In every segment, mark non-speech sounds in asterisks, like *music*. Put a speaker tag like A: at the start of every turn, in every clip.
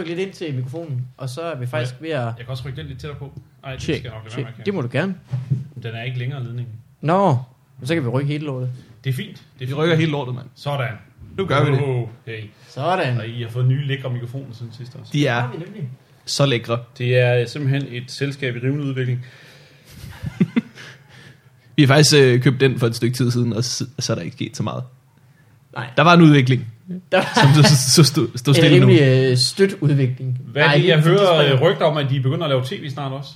A: øh, til mikrofonen, og så er vi faktisk ved at...
B: Jeg kan også rykke den lidt tættere på. Nej, det
A: Tjek,
B: skal jeg nok lade være med.
A: tjek.
B: at gøre.
A: Det må du gerne.
B: Den er ikke længere ledningen.
A: Nå, så kan vi rykke hele lortet.
B: Det er fint. Det er
C: Vi
B: fint.
C: rykker helt lortet, mand.
B: Sådan.
C: Nu gør vi det.
B: Oh, hey.
A: Sådan.
B: Og I har fået nye lækre mikrofoner siden sidste år.
C: De
A: Har
C: er
A: vi nemlig.
C: så lækre.
B: Det er simpelthen et selskab i rivende udvikling.
C: Vi har faktisk øh, købt den for et stykke tid siden, og så, så er der ikke sket så meget.
A: Nej.
C: Der var en udvikling,
A: Der
C: som så, så, så stod, stod
A: er en
C: stille nu.
A: rimelig øh, stødt udvikling.
B: Hvad er det, jeg hører øh, rygter om, at de begynder at lave tv snart også?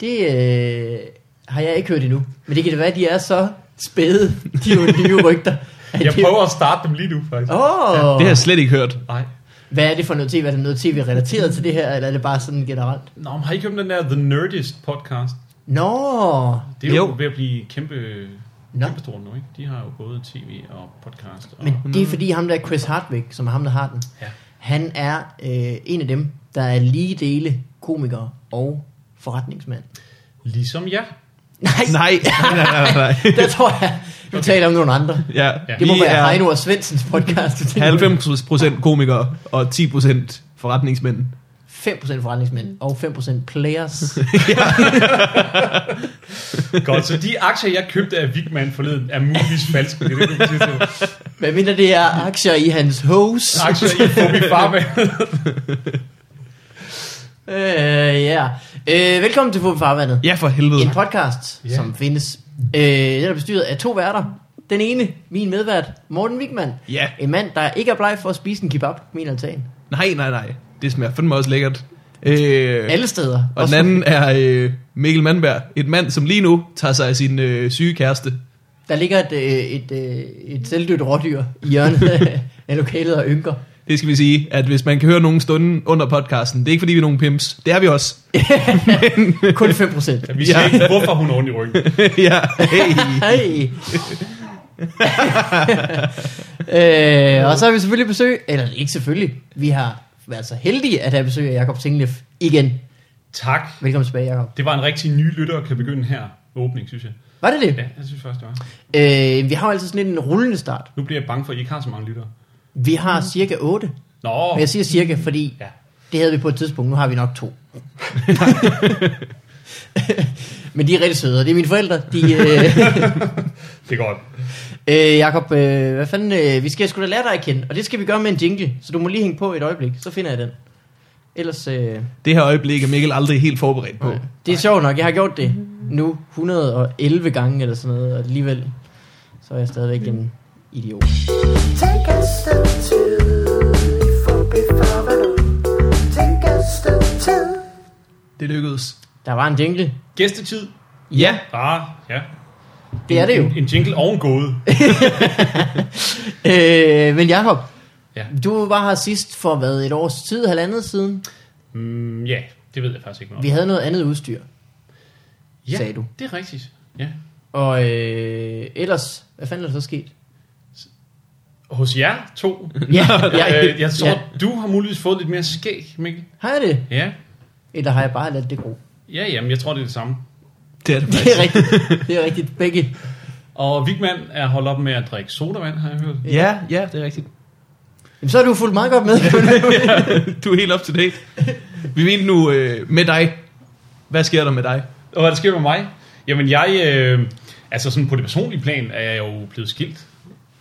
A: Det øh, har jeg ikke hørt endnu. Men det kan da være, at de er så spæde, de er jo nye
B: *laughs*
A: rygter. at
B: Jeg
A: de-
B: prøver at starte dem lige nu, faktisk.
A: Åh,
C: Det har jeg slet ikke hørt.
B: Nej.
A: hvad er det for noget tv? Er det noget tv relateret til det her, eller er det bare sådan generelt?
B: Nå, men har I købt den der The Nerdist podcast?
A: Nå,
B: Det er jo,
C: Jo.
B: ved at blive kæmpe,
A: Nå.
B: kæmpe stort nu, ikke? De har jo både tv og podcast. Og,
A: men
C: mm.
A: det er fordi ham der Chris Hardwick, som er ham der har den,
B: Ja.
A: han er øh, en af dem, der er lige dele komiker og forretningsmand. *laughs*
B: Ligesom jeg.
A: Nej, *laughs*
C: Nej, nej, nej, nej. nej.
A: der tror jeg, du taler om nogle andre.
C: Ja,
B: Ja.
A: Det må
C: vi
A: være
C: er
A: Heino og Svendsens
C: *laughs*
A: podcast. du tænker på.
C: 90% komikere og 10% forretningsmænd.
A: 5% forretningsmænd og 5%
C: *laughs*
A: players.
B: Godt, så de aktier, jeg købte af Vigman forleden, er muligvis falske. Det er det, du siger.
A: Hvad mindre det er aktier i hans hose?
B: Aktier i Fobi Pharma.
A: Øh, ja. Øh, velkommen til Fubi Farvandet.
C: Ja, for helvede.
A: En podcast,
B: Ja.
A: som findes. Øh, den er bestyret af to værter. Den ene, min medvært, Morten Wigman.
C: Ja,
A: En mand, der ikke er bleg for at spise en kebab på min altan.
C: nej, nej, nej. Det smager fandme også lækkert. Øh,
A: Alle steder.
C: og den anden er øh, Mikkel Mandberg. Et mand, som lige nu tager sig af sin øh, syge kæreste.
A: Der ligger et, øh, et, øh, et selvdødt rådyr i
C: *laughs*
A: hjørnet af lokalet og ynker.
C: Det skal vi sige, at hvis man kan høre nogen stunde under podcasten, det er ikke fordi, vi er nogen pimps. Det er vi også. *laughs*
A: Kun 5%.
B: Vi siger ikke, hvorfor hun er ondt i ryggen.
C: ja, hey. *laughs*
A: Hey. øh, og så har vi selvfølgelig besøg, eller ikke selvfølgelig, vi har været så heldige at have besøg af Jakob Tinglef igen.
B: Tak.
A: Velkommen tilbage, Jakob.
B: Det var en rigtig ny lytter, kan begynde her åbning, synes jeg.
A: Var det det?
B: Ja, jeg synes faktisk, det var.
A: Øh, vi har jo altid sådan lidt en rullende start.
B: Nu bliver jeg bange for, at I ikke har så mange lyttere.
A: Vi har
C: Mm.
A: cirka 8.
B: Nå,
A: Og jeg siger cirka, fordi
B: Ja.
A: det havde vi på et tidspunkt, nu har vi nok to. *laughs* Men de er rigtig søde, og det er mine forældre. De, øh,
B: det er godt.
A: Øh, Jakob, øh, hvad fanden, øh, vi skal sgu da lære dig at kende, og det skal vi gøre med en jingle, så du må lige hænge på et øjeblik, så finder jeg den. Ellers, øh, det
C: Det her øjeblik er Mikkel aldrig helt forberedt på.
A: er sjovt nok, jeg har gjort det nu 111 gange eller sådan noget, og alligevel, så er jeg stadigvæk en idiot.
D: Take a step two, for before the Take a step two.
C: Det lykkedes.
A: Der var en jingle,
B: Gæstetid.
C: Ja,
B: Ah, ja.
A: det er det jo.
B: En, en jingle og en gåde.
A: Øh, men Jakob,
B: Ja.
A: du var her sidst for hvad, et års tid, halvandet siden.
B: Mm, ja, det ved jeg faktisk ikke noget om.
A: Vi havde noget andet udstyr,
B: ja,
A: sagde du.
B: det er rigtigt. Ja.
A: og øh, ellers, hvad fanden er der så sket?
B: Hos jer to.
A: *laughs*
B: *laughs*
A: Ja,
B: øh, jeg tror,
A: ja.
B: ja. du har muligvis fået lidt mere skæg, Mikkel.
A: Har jeg det?
B: Ja.
A: Eller har jeg bare ladt det gro?
B: Ja, jamen, jeg tror, det er det samme.
C: det er det
A: Det er
B: *laughs*
C: faktisk.
A: rigtigt. Det er rigtigt. Begge.
B: Og Vigman er holdt op med at drikke sodavand, har jeg hørt.
C: Ja, ja, det er rigtigt.
A: Jamen, så er du fuldt meget godt med.
C: *laughs*
A: *laughs*
C: Du er helt up to date. Vi mente nu øh, med dig. Hvad sker der med dig?
B: Og hvad der sker med mig? Jamen, jeg... Øh, altså, sådan på det personlige plan er jeg jo blevet skilt.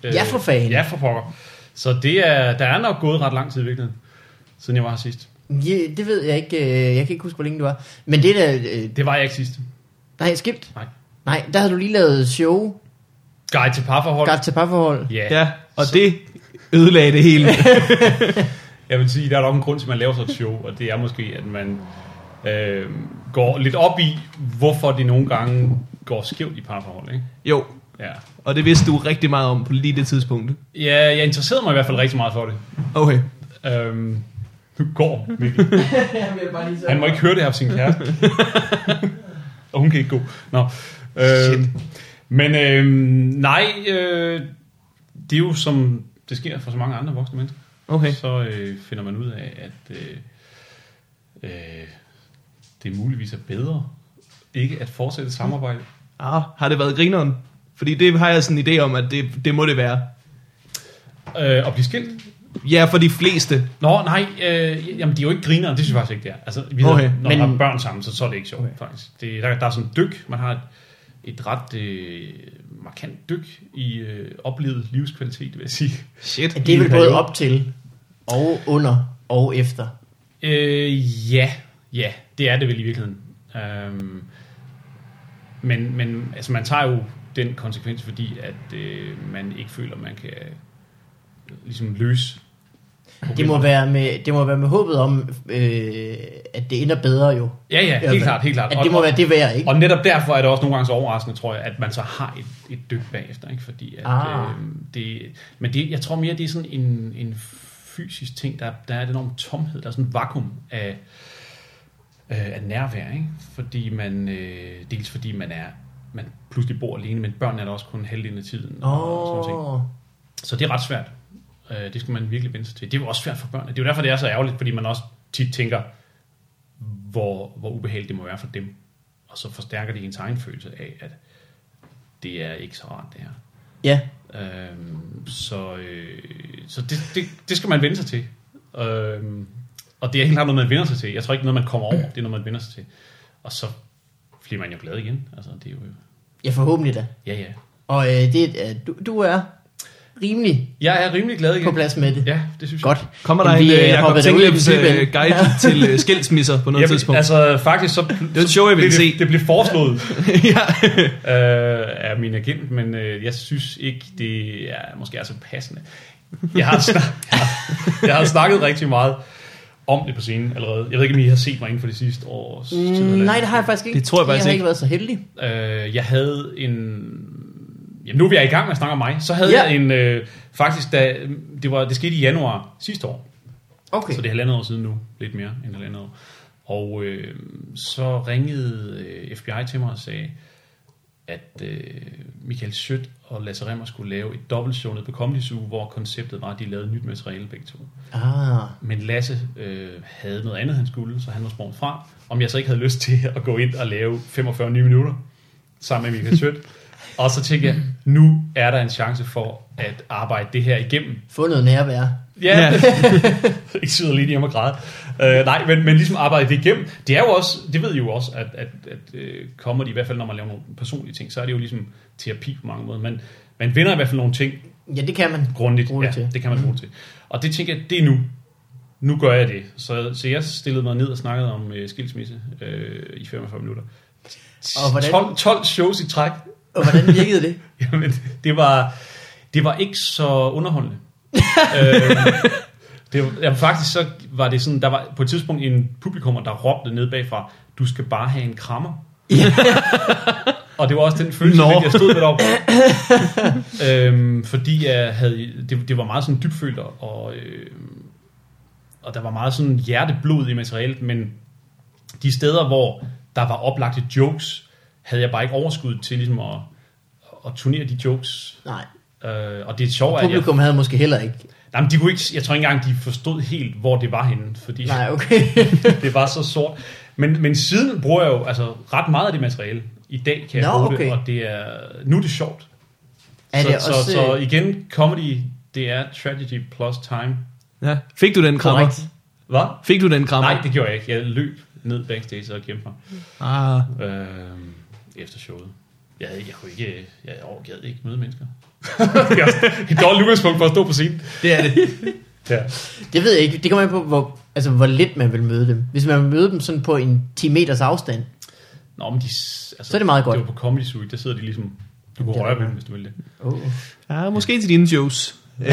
B: Øh,
A: Ja, for fanden.
B: Ja, for pokker. Så det er, der er nok gået ret lang tid i virkeligheden, siden jeg var her sidst.
A: ja, det ved jeg ikke. øh, Jeg kan ikke huske, hvor længe du var. Men det der... Øh,
B: Det var jeg ikke sidst.
A: nej, skilt.
B: Nej.
A: Nej, der havde du lige lavet show.
B: Guide til parforhold.
A: Godt til parforhold.
B: Ja. ja.
C: Ja, og
B: så-
C: det ødelagde det hele. *laughs*
B: Jeg vil sige, der er nok en grund til, at man laver sådan et show, og det er måske, at man øh, går lidt op i, hvorfor det nogle gange går skævt i parforhold, ikke?
C: Jo,
B: Ja.
C: og det vidste du rigtig meget om på lige det tidspunkt.
B: ja, jeg interesserede mig i hvert fald rigtig meget for det.
C: Okay.
B: Øhm, nu går Mikkel. Han må ikke høre det her fra sin kæreste. og hun kan ikke gå. Nå. Øhm, men øhm, nej, øh, det er jo som det sker for så mange andre voksne mennesker.
C: Okay.
B: Så øh, finder man ud af, at øh, øh, det muligvis er bedre ikke at fortsætte samarbejde.
C: Ah, har det været grineren? Fordi det har jeg sådan en idé om, at det, det må det være.
B: Øh, at blive skilt?
C: Ja, for de fleste.
B: Nå, nej, øh, jamen de er jo ikke griner, det synes jeg faktisk ikke, det er. Altså, vi
C: Okay,
B: okay, når man
A: men-
B: har børn sammen, så, så er det ikke sjovt, okay. faktisk. Det, der, der er sådan et dyk, man har et, et ret øh, markant dyk i øh, oplevet livskvalitet, vil jeg sige.
C: Shit.
A: Det er vel
B: I en periode.
A: både op til, og under, og efter.
B: Øh, ja, ja, det er det vel i virkeligheden. Øhm, men, men altså, man tager jo den konsekvens, fordi at øh, man ikke føler, man kan øh, ligesom løse
A: Det må
B: problemet.
A: være med, det må være med håbet om, øh, at det ender bedre jo. Altså,
B: Ja, ja, helt klart, helt klart.
A: At
B: Og-
A: det må
B: og-
A: være det værd, ikke?
B: Og netop derfor er det også nogle gange så overraskende, tror jeg, at man så har et, et dyk bagefter, ikke? Fordi at,
A: Ah.
B: øh, det, men det, jeg tror mere, det er sådan en, en fysisk ting, der, der er en enorm tomhed, der er sådan et vakuum af, øh, af nærvær, ikke? Fordi man, øh, dels fordi man er, man pludselig bor alene, men børn er der også kun halvdelen af tiden. Og sådan nogle ting.
A: Åh,
B: Så det er ret svært. Øh, det skal man virkelig vende sig til. Det er jo også svært for børn. Det er jo derfor, det er så ærgerligt, fordi man også tit tænker, hvor, hvor ubehageligt det må være for dem. Og så forstærker det ens egen følelse af, at det er ikke så rart, det her.
A: ja.
B: Øhm, så øh, så det, det, det skal man vende sig til. Øhm, og det er helt klart noget, man vender sig til. Jeg tror ikke, det er noget, man kommer over. Det er noget, man vender sig til. Og så bliver man jo glad igen. Altså, det er jo...
A: Ja, forhåbentlig da.
B: Ja, ja.
A: Og øh, det, øh, du, du er rimelig
B: Jeg er rimelig glad igen.
A: på plads med det.
B: Ja, det synes jeg.
A: Godt.
C: Kommer der
A: Jamen,
C: en
A: vi,
C: øh,
A: øh,
C: Jacob
A: hopper derud i
C: Tinglems
A: princippet.
C: øh, guide *laughs* til øh, skilsmisser på noget
B: Jamen,
C: tidspunkt?
B: Altså, faktisk så... Det
C: er et show, jeg ville se.
B: Det blev foreslået
C: *laughs* ja.
B: øh, af min agent, men øh, jeg synes ikke, det er måske er så passende. Jeg har, snak, *laughs* jeg, har, jeg har snakket rigtig meget om det på scenen allerede. Jeg ved ikke, om I har set mig inden for det sidste års tid.
A: Mm,
B: eller-
A: *laughs* nej, det har jeg faktisk ikke.
C: Det tror jeg faktisk
A: jeg har
C: ikke.
A: ikke været så heldig.
B: Øh, jeg havde en... Jamen, nu er vi i gang med at snakke om mig. Så havde
A: Ja.
B: ja. jeg en... Øh, faktisk, da, det, var, det skete i januar sidste år.
A: Okay.
B: Så det er halvandet år siden nu, lidt mere end halvandet år. Og øh, så ringede øh, FBI til mig og sagde, at øh, Michael Schødt og Lasse Remmer skulle lave et dobbeltshow nede på Comedy Zoo, hvor konceptet var, at de lavede nyt materiale begge to.
A: Ah,
B: Men Lasse øh, havde noget andet, han skulle, så han var sprunget fra. Om jeg så ikke havde lyst til at gå ind og lave 45 nye minutter sammen med Michael Schødt. og så tænkte jeg, nu er der en chance for at arbejde det her igennem.
A: få noget nærvær.
B: Ja,
C: Ja.
B: ja. *laughs* ikke sidder lige hjemme og græder. Uh, nej, men, men ligesom arbejde det igennem. Det er jo også, det ved I jo også, at, at, at uh, comedy, i hvert fald når man laver nogle personlige ting, så er det jo ligesom terapi på mange måder. Man, man vinder i hvert fald nogle ting
A: Ja, det kan man.
B: grundigt.
A: Bruge
B: Ja,
A: det til. Mm.
B: det kan man bruge til. Og det tænker jeg, det er nu. Nu gør jeg det. Så, så jeg stillede mig ned og snakkede om uh, skilsmisse uh, i 45 minutter.
A: Og hvordan-
B: 12, 12 shows i træk.
A: Og hvordan virkede det?
B: *laughs* Jamen, det var, det var ikke så underholdende. øh, det, var- jamen, faktisk så var det sådan, der var på et tidspunkt en publikummer, der råbte ned bagfra, du skal bare have en krammer. *laughs* og det var også den følelse,
C: Nå.
B: no. jeg stod med deroppe. øhm, fordi jeg havde, det, det var meget sådan dybfølt, og- og, øh, og der var meget sådan hjerteblod i materialet, men de steder, hvor der var oplagte jokes, havde jeg bare ikke overskud til ligesom at, at turnere de jokes. *laughs*
A: Nej,
B: Øh, og det er sjovt, at jeg,
A: publikum havde måske heller ikke.
B: nej, men de kunne ikke, jeg tror ikke engang, de forstod helt, hvor det var henne, fordi *laughs*
A: Nej, okay.
B: det var så sort. Men, men siden bruger jeg jo altså, ret meget af det materiale. I dag kan jeg
A: Nå,
B: bruge det,
A: okay.
B: og det er, nu er det sjovt.
A: Er
B: så,
A: det også,
B: så, så
A: øh,
B: igen, comedy, det er tragedy plus time.
C: ja. Fik du den krammer?
A: korrekt?
B: Hvad?
C: Fik du den krammer?
B: Nej, det gjorde jeg ikke. Jeg løb ned backstage og gemte mig.
C: Ah.
B: Øh, efter showet. Jeg, havde- jeg kunne ikke, jeg overgad ikke møde *laughs* mennesker. det er også et dårligt udgangspunkt for at stå på scenen.
C: Det er det.
A: *laughs*
B: Ja.
A: Det ved jeg ikke. Det kommer an på, hvor, altså, hvor lidt man vil møde dem. Hvis man vil møde dem sådan på en 10 meters afstand.
B: Nå, men de, s- altså,
A: Så er det meget godt.
B: Det var på Comedy Zoo, der sidder de ligesom, du kan
A: Det er
B: røre
A: der.
B: ved dem, hvis du vil det.
A: Oh.
C: Ja, måske til dine
A: *laughs*
C: shows. Øh,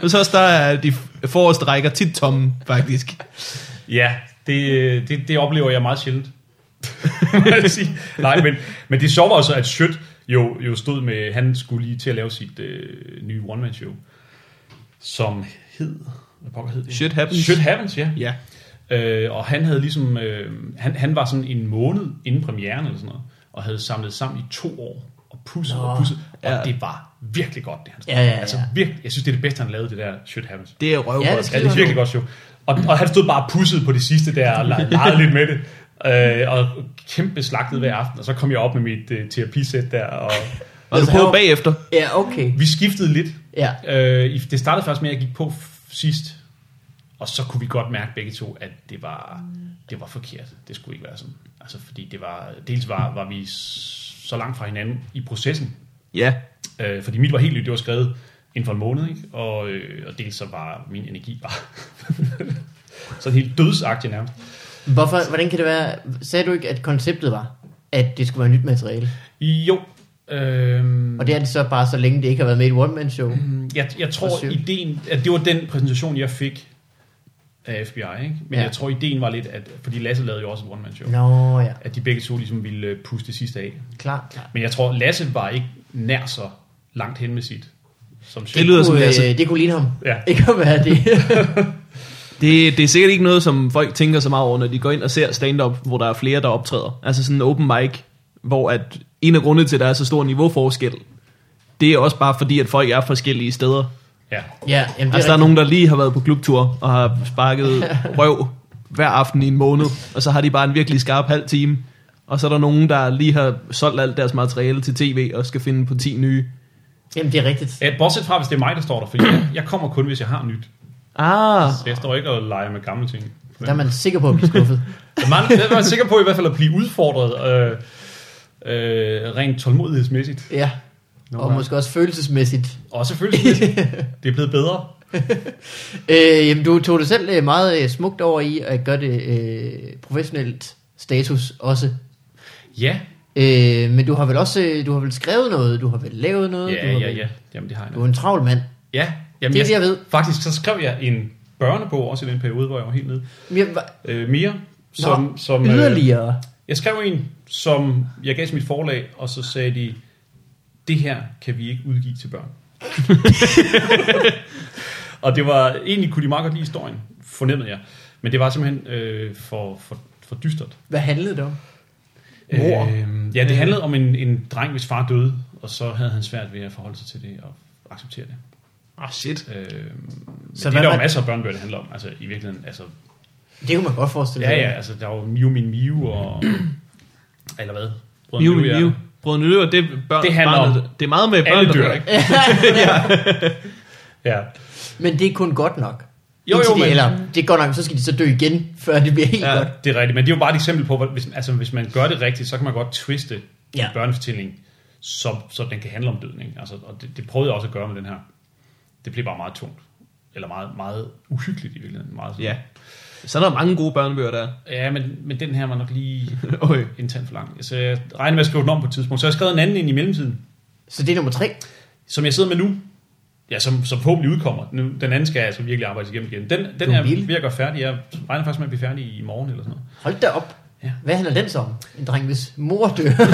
C: Hvis også der er de forreste rækker tit tomme, faktisk.
B: Ja, det, det, det oplever jeg meget *laughs* sjældent. Må jeg sige. Nej, men, men det sjove var så, at Schødt jo, jo stod med, han skulle lige til at lave sit øh, nye one-man-show, som hed, hvad pokker hed det?
C: Shit happens.
B: Shit Happens, ja.
C: Ja.
B: Øh, og han havde ligesom, øh, han, han var sådan en måned inden premieren eller sådan noget, og havde samlet sammen i to år, og pusset og
A: Nå,
B: pusset, og
C: ja.
B: det var virkelig godt, det han
A: Ja, ja, ja.
B: Altså virkelig, jeg synes, det er det bedste, han lavede, det der Shit Happens.
C: Det er røv.
A: Ja,
C: Ja,
A: det
B: Ja,
A: skal
B: det er
A: man.
B: virkelig godt show. Og, og han stod bare pusset på det sidste der, og le- legede lidt med det. Øh, og kæmpe slagtet hver aften, og så kom jeg op med mit øh, terapisæt der, og,
C: Og du
A: Altså,
C: prøver
A: han-
C: bagefter.
A: Ja, okay.
B: Vi skiftede lidt.
A: Ja.
B: Øh, i- det startede faktisk med, at jeg gik på f- sidst. Og så kunne vi godt mærke begge to, at det var, det var forkert. Det skulle ikke være sådan. Altså, fordi det var, dels var, var vi s- så langt fra hinanden i processen,
C: Ja.
B: Øh, fordi mit var helt nyt, det var skrevet inden for en måned, ikke? Og, øh, og dels så var min energi bare *laughs* sådan helt dødsagtig nærmest.
A: Hvorfor, hvordan kan det være, sagde du ikke, at konceptet var, at det skulle være nyt materiale?
B: Jo, øh,
A: Og det er det så bare, så længe det ikke har været med i et one-man-show.
C: Mm.
B: jeg, jeg
A: Og
B: tror
A: syv.
B: ideen, at det var den præsentation, jeg fik af FBI, ikke? men
A: Ja.
B: jeg tror ideen var lidt, at, fordi Lasse lavede jo også et one-man-show,
A: Nå ja,
B: at de begge to ligesom ville øh, puste det sidste af.
A: klart. Klar.
B: Men jeg tror, Lasse var ikke nær så langt hen med sit. Som
C: Det lyder som
A: Kunne,
C: Lasse.
A: øh, det kunne ligne ham.
B: Ja.
A: Ikke at være
C: *laughs*
A: det.
C: Det, det er sikkert ikke noget, som folk tænker så meget over, når de går ind og ser stand-up, hvor der er flere, der optræder. Altså sådan en open mic, hvor at en af grundene til, at der er så stor niveauforskel, det er også bare fordi, at folk er forskellige steder.
B: Ja.
A: ja, jamen, det
C: Altså der er
A: rigtigt.
C: nogen, der lige har været på klubtur og har
A: *laughs*
C: sparket røv hver aften i en måned, og så har de bare en virkelig skarp halv time. Og så er der nogen, der lige har solgt alt deres materiale til tv og skal finde på 10 nye.
A: Jamen det er rigtigt.
B: Ja, Bortset fra, hvis det er mig, der står der, fordi jeg, jeg kommer kun, hvis jeg har nyt.
C: Ah,
B: Så jeg står ikke og leger med gamle ting.
A: Der er man sikker på at blive
C: *laughs*
A: skuffet.
B: Man, det var jeg sikker på i hvert fald at blive udfordret øh, øh, rent tålmodighedsmæssigt.
A: ja.
B: Nogle
A: Og
B: gange.
A: måske også følelsesmæssigt. *laughs*
B: Og selvfølgelig, det er blevet bedre.
A: Øh, jamen, du tog det selv øh, meget øh, smukt over i at gøre det øh, professionelt status også.
B: Ja,
A: Øh, men du har vel også øh, du har vel skrevet noget, du har vel lavet noget. du
B: ja,
A: har
B: ja,
A: vel,
B: ja. Jamen, det har jeg
A: Du
B: nok.
A: er en travl mand.
B: Ja, jamen,
A: Det er det, jeg ved.
B: Faktisk, så skrev jeg en børnebog også i den periode, hvor jeg var helt nede.
A: Men jeg var-
B: Øh, mere, som...
A: Nå,
B: som øh,
A: Yderligere.
B: jeg skrev en, som jeg gav til mit forlag, og så sagde de, det her kan vi ikke udgive til børn. *laughs* og det var, egentlig kunne de meget godt lide historien, fornemmede jeg. Men det var simpelthen øh, for, for, for dystert.
A: Hvad handlede det om?
C: Mor.
B: Øh,
A: Mm.
B: ja, det handlede om en, en dreng, hvis far døde, og så havde han svært ved at forholde sig til det og acceptere det.
C: oh, shit.
B: Øh, men
A: Ah, Så
B: så
A: hvad
B: det er der jo
A: var-
B: masser af børnebøger, det handler om. Altså i virkeligheden, altså
A: Det Mm. kunne man godt forestille
B: Ja, ja, *laughs* altså der var jo Miu Min Miu og... eller hvad? Brødrene
C: Miu,
B: Løvehjerte.
C: miu. Brødrene Løver, det er børn,
B: Det handler om
C: barnet, Det er meget med børn,
B: Alle
C: der
B: dyr,
C: ikke?
B: ikke? ja.
A: Men det er kun godt nok.
B: Jo,
A: Indtil
B: jo,
A: de,
B: men-
A: Eller det er godt nok, så skal de så dø igen, *laughs* før det bliver helt
C: Ja.
A: ja. godt.
B: Det er rigtigt, men det er jo bare et eksempel på, hvor- hvis, altså, hvis man gør det rigtigt, så kan man godt twiste ja.
A: Ja.
B: en børnefortælling, så, så den kan handle om døden. Ikke? Altså, og det, det prøvede jeg også at gøre med den her. Det blev bare meget tungt. Eller meget, meget uhyggeligt i virkeligheden. Meget sådan-
C: Ja. Så er der mange gode børnebøger
B: *laughs*
C: der.
B: ja men, men den her var nok lige
C: Okay.
B: en tand for lang. Så jeg regner med at skrive den om på et tidspunkt. Så jeg har skrevet en anden ind i mellemtiden.
A: Så det er nummer tre.
B: som jeg sidder med nu, ja, som, som forhåbentlig udkommer. Nu, den anden skal jeg altså virkelig arbejde igennem igen. Den, den
A: er
B: er
A: vild.
B: ved at gøre færdig. Jeg regner faktisk med at blive færdig i morgen eller sådan
A: Hold da op.
B: Ja.
A: Ja. Hvad handler den så om? En dreng, hvis mor dør. *laughs*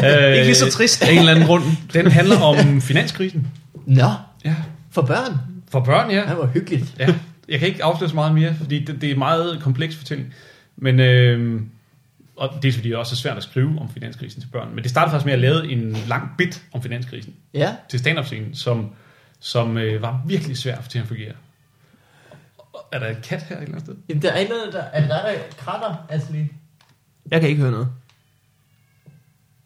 B: noget. Øh,
C: Ikke lige så trist af en eller anden grund.
B: Den handler om finanskrisen.
A: Nå,
B: Ja.
A: for børn.
B: For børn, ja.
A: Det var hyggeligt.
B: ja. Jeg kan ikke afsløre så meget mere, fordi det, det er en meget kompleks fortælling. Men, øh, og det er fordi, det også er svært at skrive om finanskrisen til børn. Men det startede faktisk med, at jeg lavede en lang bit om finanskrisen.
A: Ja.
B: til stand-up-scenen, som, som øh, var virkelig svær for til at fungere. Og- Er der en kat her et eller andet sted?
A: Jamen, der er noget, der er der, der kratter, Asli.
C: Jeg kan ikke høre noget.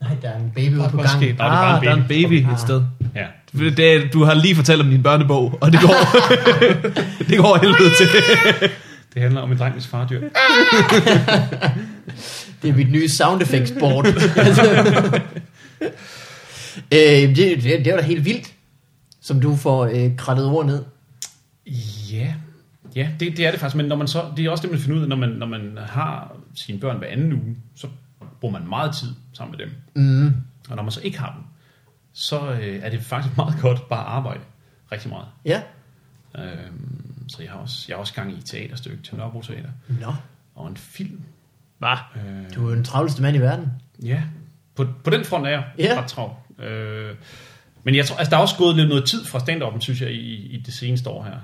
A: Nej, der er en baby ude på
B: Hvad skete
A: gangen.
B: der? Nå, det er bare en
C: Ah, der er en
B: baby. Ah.
C: baby
A: Okay.
C: et sted.
B: Ja.
C: Det, er- du har lige fortalt om din børnebog, og det går,
B: *laughs*
C: *laughs* det går helvede til.
B: Det handler om en dreng, hvis far dør.
A: Det er mit nye sound effects board. *laughs* Altså. øh, det, det, det var da helt vildt, som du får øh, krattet ord ned.
B: Ja, ja det, det er det faktisk. Men når man så, det er også det, man finder ud af, når man, når man har sine børn hver anden uge, så bruger man meget tid sammen med dem.
A: Mm.
B: Og når man så ikke har dem, så øh, er det faktisk meget *laughs* godt bare at arbejde rigtig meget.
A: Ja.
B: Øhm, så jeg har, også, jeg har også gang i et teaterstykke til Nørrebro Teater,
A: Nå,
B: og en film.
C: Hvad?
B: Øh,
A: du er jo den travleste mand i verden.
B: Ja, på, på den front er jeg
A: Ja.
B: ret travl. Øh, men jeg tror, altså, der er også gået lidt noget tid fra stand synes jeg, i, i det seneste år her.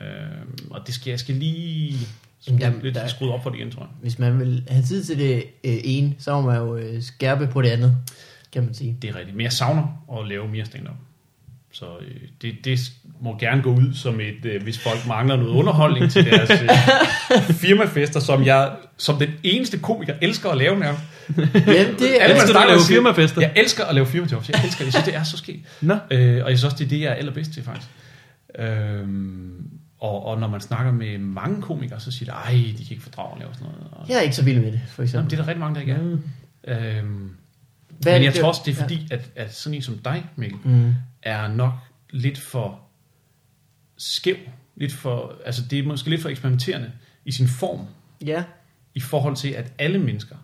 B: Øh, og det skal, jeg skal lige skrue,
A: Jamen,
B: lidt
A: der-
B: skrue op for det igen, tror jeg.
A: Hvis man vil have tid til det øh, ene, så må man jo øh, skærpe på det andet, kan man sige.
B: Det er rigtigt. Men jeg savner at lave mere stand-up. Så øh, det, det må gerne gå ud som et, øh, hvis folk mangler noget underholdning til deres
A: *laughs*
B: øh, firmafester, som jeg som den eneste komiker elsker at lave nærmest.
A: *laughs* Jamen, det
B: Alle
A: er...
C: Elsker du at
B: starter med
C: lave
B: sige,
C: firmafester?
B: Jeg elsker at lave firmajobs. Jeg elsker det. Jeg synes, det er så skægt.
C: Nå.
B: Øh, og jeg synes også, det er det, jeg er allerbedst til, faktisk. Øhm, og, og når man snakker med mange komikere, så siger de, ej, de kan ikke fordrage at lave sådan noget. Og,
A: Jeg er ikke så vild med det, for
B: Jamen,
A: eksempel.
B: det er der rigtig mange, der ikke
C: Mm.
A: Hvad
B: er. Øhm,
A: er
B: men
A: det,
B: jeg
A: det-
B: tror også, det er
A: ja.
B: fordi, at, at sådan en som dig, Mikkel,
A: Mm.
B: er nok lidt for skæv. Lidt for, altså det er måske lidt for eksperimenterende i sin form,
A: Ja.
B: i forhold til, at alle mennesker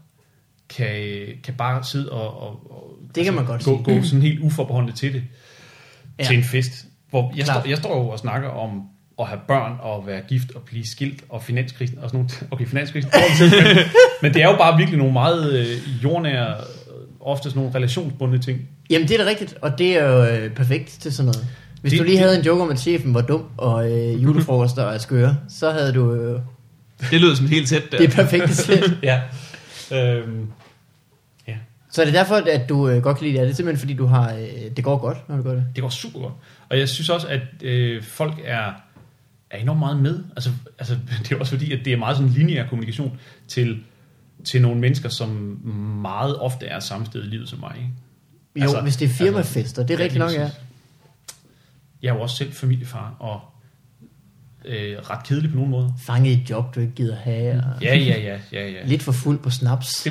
B: kan, kan bare sidde og, og, og altså,
A: Det kan man godt
B: gå,
A: sige.
B: gå sådan helt uforbeholdende til det.
A: Ja.
B: Ja. Til en fest. Hvor jeg,
A: Klart.
B: står, jeg står jo og snakker om at have børn og være gift og blive skilt og finanskrisen og sådan noget. Okay, finanskrisen.
A: *laughs*
B: men, men det er jo bare virkelig nogle meget øh, jordnære, øh, ofte sådan nogle relationsbundne ting.
A: Jamen, det er da rigtigt, og det er jo øh, perfekt til sådan noget. Hvis
B: Det-
A: du lige
B: det-
A: havde en joke om, at chefen var dum, og øh, julefrokoster er skøre, så havde du øh,
C: Det lyder som helt tæt der.
A: det perfekte sæt.
B: Ja. Øhm,
A: Så er det derfor, at du øh, godt kan lide det? Er det simpelthen, fordi du har, øh, det går godt, når du gør det?
B: det går super godt. Og jeg synes også, at øh, folk er, er enormt meget med. Altså, altså, *laughs* det er også fordi, at det er meget sådan lineær kommunikation til, til nogle mennesker, som meget ofte er samme sted i livet som mig. Ikke?
A: Jo,
B: Altså,
A: altså, hvis det er firmafester, det er
B: ja,
A: rigtigt nok,
B: lige
A: ja.
B: præcis. Jeg er jo også selv familiefar, og øh, ret kedelig på nogen måde.
A: Fange et job, du ikke gider have, og
B: Ja, ja, ja, ja, ja.
A: lidt for fuld på snaps.
B: *laughs*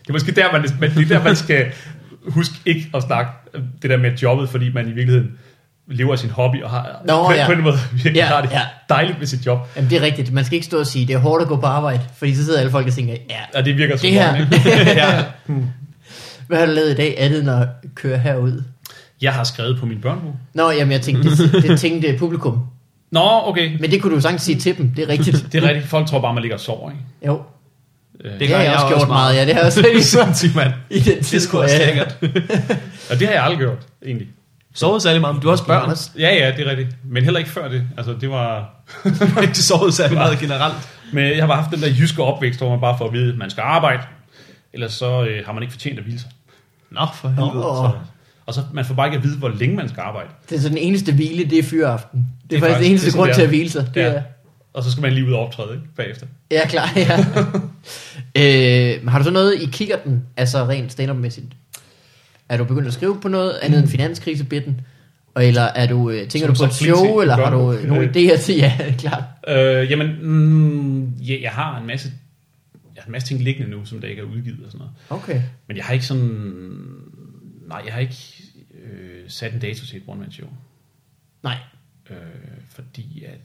B: Det er måske der, man, men det er der, man skal huske ikke at snakke det der med jobbet, fordi man i virkeligheden lever af sin hobby og har
A: Nå,
B: på,
A: ja.
B: på en måde virkelig
A: Ja,
B: har det
A: ja.
B: dejligt med sit job.
A: Jamen, det er rigtigt. Man skal ikke stå og sige, det er hårdt at gå på arbejde, fordi så sidder alle folk og tænker, ja,
B: Og det virker som
A: Det her.
B: om, ikke?
A: *laughs*
B: ja.
A: hvad har du lavet i dag andet end at køre herud?
B: Jeg har skrevet på min børnebog.
A: Nå, jamen, jeg tænkte, det, det tænkte publikum.
B: Nå, okay.
A: Men det kunne du jo sagtens sige til dem, det er rigtigt.
B: Det er rigtigt. Folk tror bare, man ligger og sover, ikke?
A: Jo,
B: Øh,
A: det, det har jeg, også gjort meget. Ja, det har jeg også
B: *laughs*
C: Sindssygt, mand.
A: i den tid,
C: Det skulle også lækkert.
B: Og det har jeg aldrig gjort, egentlig.
C: Sovet særlig meget, men du har også børn.
B: Ja, ja, det er rigtigt. Men heller ikke før det. Altså, det var...
C: *laughs* Du har ikke sovet særlig meget generelt.
B: Men jeg har bare haft den der jyske opvækst, hvor man bare får at vide, at man skal arbejde. Ellers så øh, har man ikke fortjent at hvile sig.
C: Nå, for helvede.
A: Åh.
B: Så, og så man får bare ikke at vide, hvor længe man skal arbejde.
A: Det er så den eneste hvile, det er fyreaften. Det er, det er faktisk den eneste
B: det er
A: grund
B: sådan,
A: til
B: det
A: at hvile sig. Det
B: Ja.
A: er,
B: Og så skal man lige ud og optræde, ikke? Bagefter.
A: Ja, klar, ja.
B: *laughs*
A: øh, har du så noget i kikkerten, altså rent stand-up-mæssigt? Er du begyndt at skrive på noget andet end finanskrisebitten? Og Eller er du, øh, tænker du på
B: Som Mm. så
A: et
B: flittig,
A: show,
B: du
A: eller
B: gør
A: har du
B: nu.
A: øh, nogle
B: Øh.
A: idéer til? *laughs* Ja, klart.
B: Øh, jamen, mm, ja, jeg har en masse... Jeg har en masse ting liggende nu, som der ikke er udgivet og sådan noget.
A: Okay.
B: Men jeg har ikke sådan... Nej, jeg har ikke øh, sat en dato til et one-man show.
A: Nej.
B: Øh, fordi at...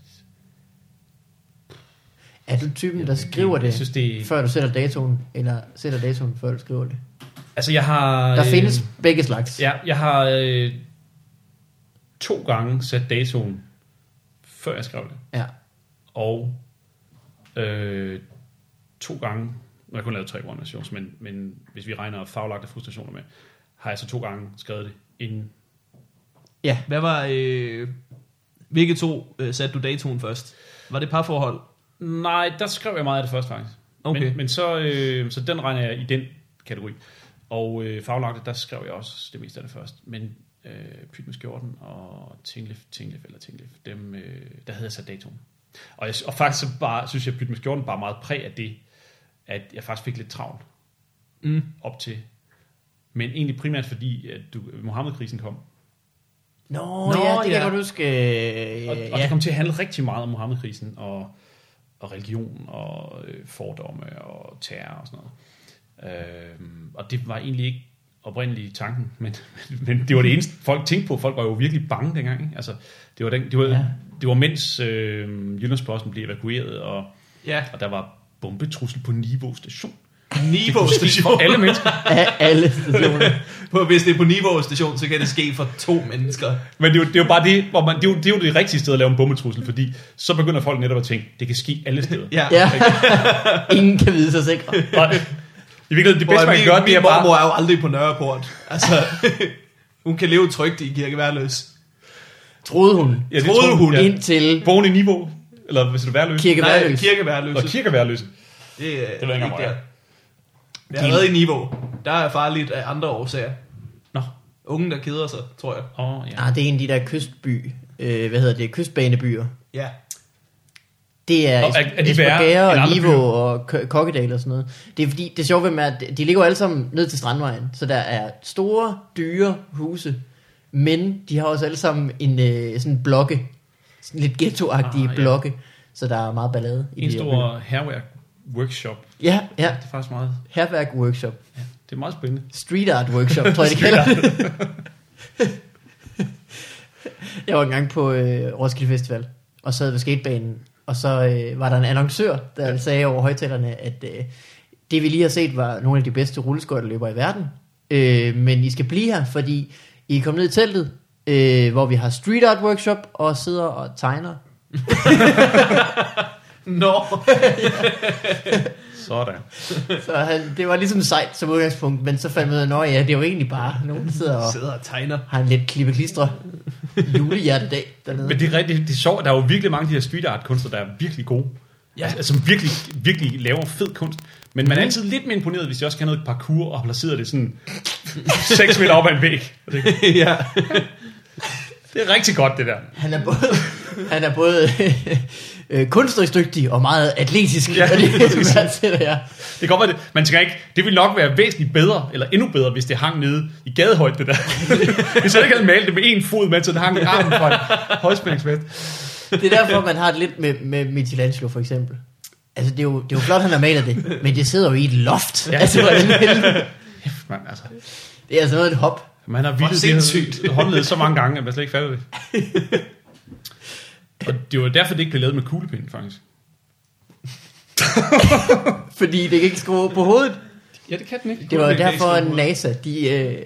A: Er du typen, der
B: Jeg
A: skriver det,
B: Jeg synes, det
A: før du sætter datoen, eller sætter datoen, før du skriver det?
B: Altså, jeg har...
A: Der
B: øh,
A: findes begge slags.
B: Ja, jeg har øh, to gange sat datoen, før jeg skrev det.
A: ja.
B: Og øh, to gange... Nu har jeg kun lavet tre one shows, men, men hvis vi regner faglagte frustrationer med, har jeg så to gange skrevet det inden.
C: Hvad var, øh, hvilke to øh, satte du datoen først? Var det parforhold?
B: Nej, der skrev jeg meget af det først, faktisk.
C: Okay.
B: Men, men så, øh, så den regner jeg i den kategori. Og øh, faglagte, der skrev jeg også det meste af det først. Men øh, Pyt med skjorten og Tinglef, Tinglef eller Tinglef, dem, øh, der havde jeg sat datoen. Og, jeg, og faktisk så bare, synes jeg, Pyt med skjorten bare meget præg af det, at jeg faktisk fik lidt travlt
C: Mm.
B: op til. Men egentlig primært fordi, at du, Mohammed-krisen kom.
A: Nå, Nå,
C: Nå,
A: ja, det kan
C: ja.
A: jeg godt huske. Øh,
B: Og, og det
A: ja.
B: kom til at handle rigtig meget om Mohammed-krisen og, og religion og øh, fordomme og terror og sådan noget. Øhm, og det var egentlig ikke oprindeligt tanken, *laughs* men, men det var det eneste, folk tænkte på. Folk var jo virkelig bange dengang. Ikke? Altså, det, var den, det, var,
A: Ja.
B: ja. det var mens øh, Jyllandsposten blev evakueret, og,
C: Ja.
B: og der var bombetrussel på Niveau station.
C: Niveau
B: For
C: station.
B: alle mennesker.
A: Af alle stationer.
B: *laughs*
C: *laughs* På- Hvis det er på Niveau station, så kan det ske for to mennesker.
B: Men det er jo, det er jo bare det, hvor man, det, er jo, det er jo det rigtige sted at lave en bombetrussel, fordi så begynder folk netop at tænke, det kan ske alle steder.
C: Ja.
A: ja. Ingen kan vide sig sikre.
B: Og øh, I virkeligheden, det
C: Hvor
B: bedste, man
C: min,
B: kan gøre, det er
C: min
B: bare...
C: mormor er jo aldrig på Nørreport. Altså, *laughs* hun kan leve trygt i Kirke Værløs.
A: Troede hun.
B: Ja, det
C: Troede
B: troede
C: hun.
B: hun.
A: Ja.
B: Ja.
A: Indtil
B: Vågen i niveau, eller hvis du værløs.
A: Kirke
C: Nej,
A: Værløs.
C: Kirke Værløs.
B: Og kirkeværløs.
C: Det, øh,
B: Det ved jeg ikke, om jeg er.
C: der. Jeg har været i Niveau. Der er farligt af andre årsager.
B: Nå,
C: unge, der keder sig, tror jeg.
B: Åh, oh, ja.
A: Ah, det er en af de der kystby, øh, hvad hedder det, kystbanebyer.
C: Ja.
A: Det er,
B: Nå,
A: es-
B: er- er de værre
A: Espergærde
B: end
A: og
B: andre
A: Niveau
B: byer?
A: og K- Kokkedal og sådan noget. Det er fordi, det sjove ved dem er, at de ligger jo alle sammen ned til Strandvejen, så der er store, dyre huse, men de har også alle sammen en øh, sådan blokke, sådan lidt ghettoagtige
B: Ah,
A: ah,
B: ja.
A: ja. blokke, så der er meget ballade i
B: En
A: de her
B: stor herværk-workshop.
A: byer. Ja, ja.
B: Det er faktisk meget,
A: Herværk workshop.
B: det er meget spændende.
A: Street art workshop, tror jeg det kalder. *laughs* jeg var engang på øh, Roskilde Festival, og sad ved skatebanen, og så øh, var der en annoncør, der ja. sagde over højtalerne, at øh, det vi lige har set var nogle af de bedste rulleskøjteløbere i verden, øh, men I skal blive her, fordi I er kommet ned i teltet, øh, hvor vi har street art workshop, og sidder og tegner.
C: Nå.
B: Sådan.
A: Så han, det var ligesom sejt som udgangspunkt, men så fandt man ud af, "Nå ja, det er jo egentlig bare nogen, der sidder og
C: Sidder og tegner.
A: har en lidt klippe-klistre julehjertedag dernede.
B: Men det er rigtigt, det er sjovt. Der er jo virkelig mange af de her street art kunstnere, der er virkelig gode. Ja. Mhm.
C: Ja.
B: Altså, som virkelig, virkelig laver fed kunst. Men man er altid lidt mere imponeret, hvis de også kan noget parkour og har placeret det sådan 6 meter op ad en væg. Og Det,
C: *laughs* ja.
B: det er rigtig godt, det der.
A: Han er både, han er både øh, kunstnerisk dygtig og meget atletisk.
B: Ja,
A: Ja, *laughs* og det,
B: præcis.
A: man ser det her.
B: Det kan godt være, det, man skal ikke, det ville nok være væsentligt bedre, eller endnu bedre, hvis det hang nede i gadehøjde, det der. *laughs* hvis jeg ikke havde malet det med en fod med, så det hang i armen på en højspændingsvest.
A: det er derfor, man har det lidt med, med Michelangelo for eksempel. Altså, det er, jo, det er jo flot, han har malet det, men det sidder jo i et loft.
B: Ja.
A: Ja. Altså, hvordan helvede.
B: Man, altså,
A: det er altså noget af et hop.
B: man har vildt det
C: sindssygt.
B: *laughs* her håndled så mange gange, at man slet ikke fatter *laughs* det. Og det var derfor, det ikke blev lavet med kuglepind, faktisk.
A: Fordi det kan ikke skrue på hovedet.
B: Ja, det kan den ikke.
A: Det var
B: Kuglepind kan
A: derfor,
B: ikke
A: at
B: skrue på
A: NASA, de... Øh,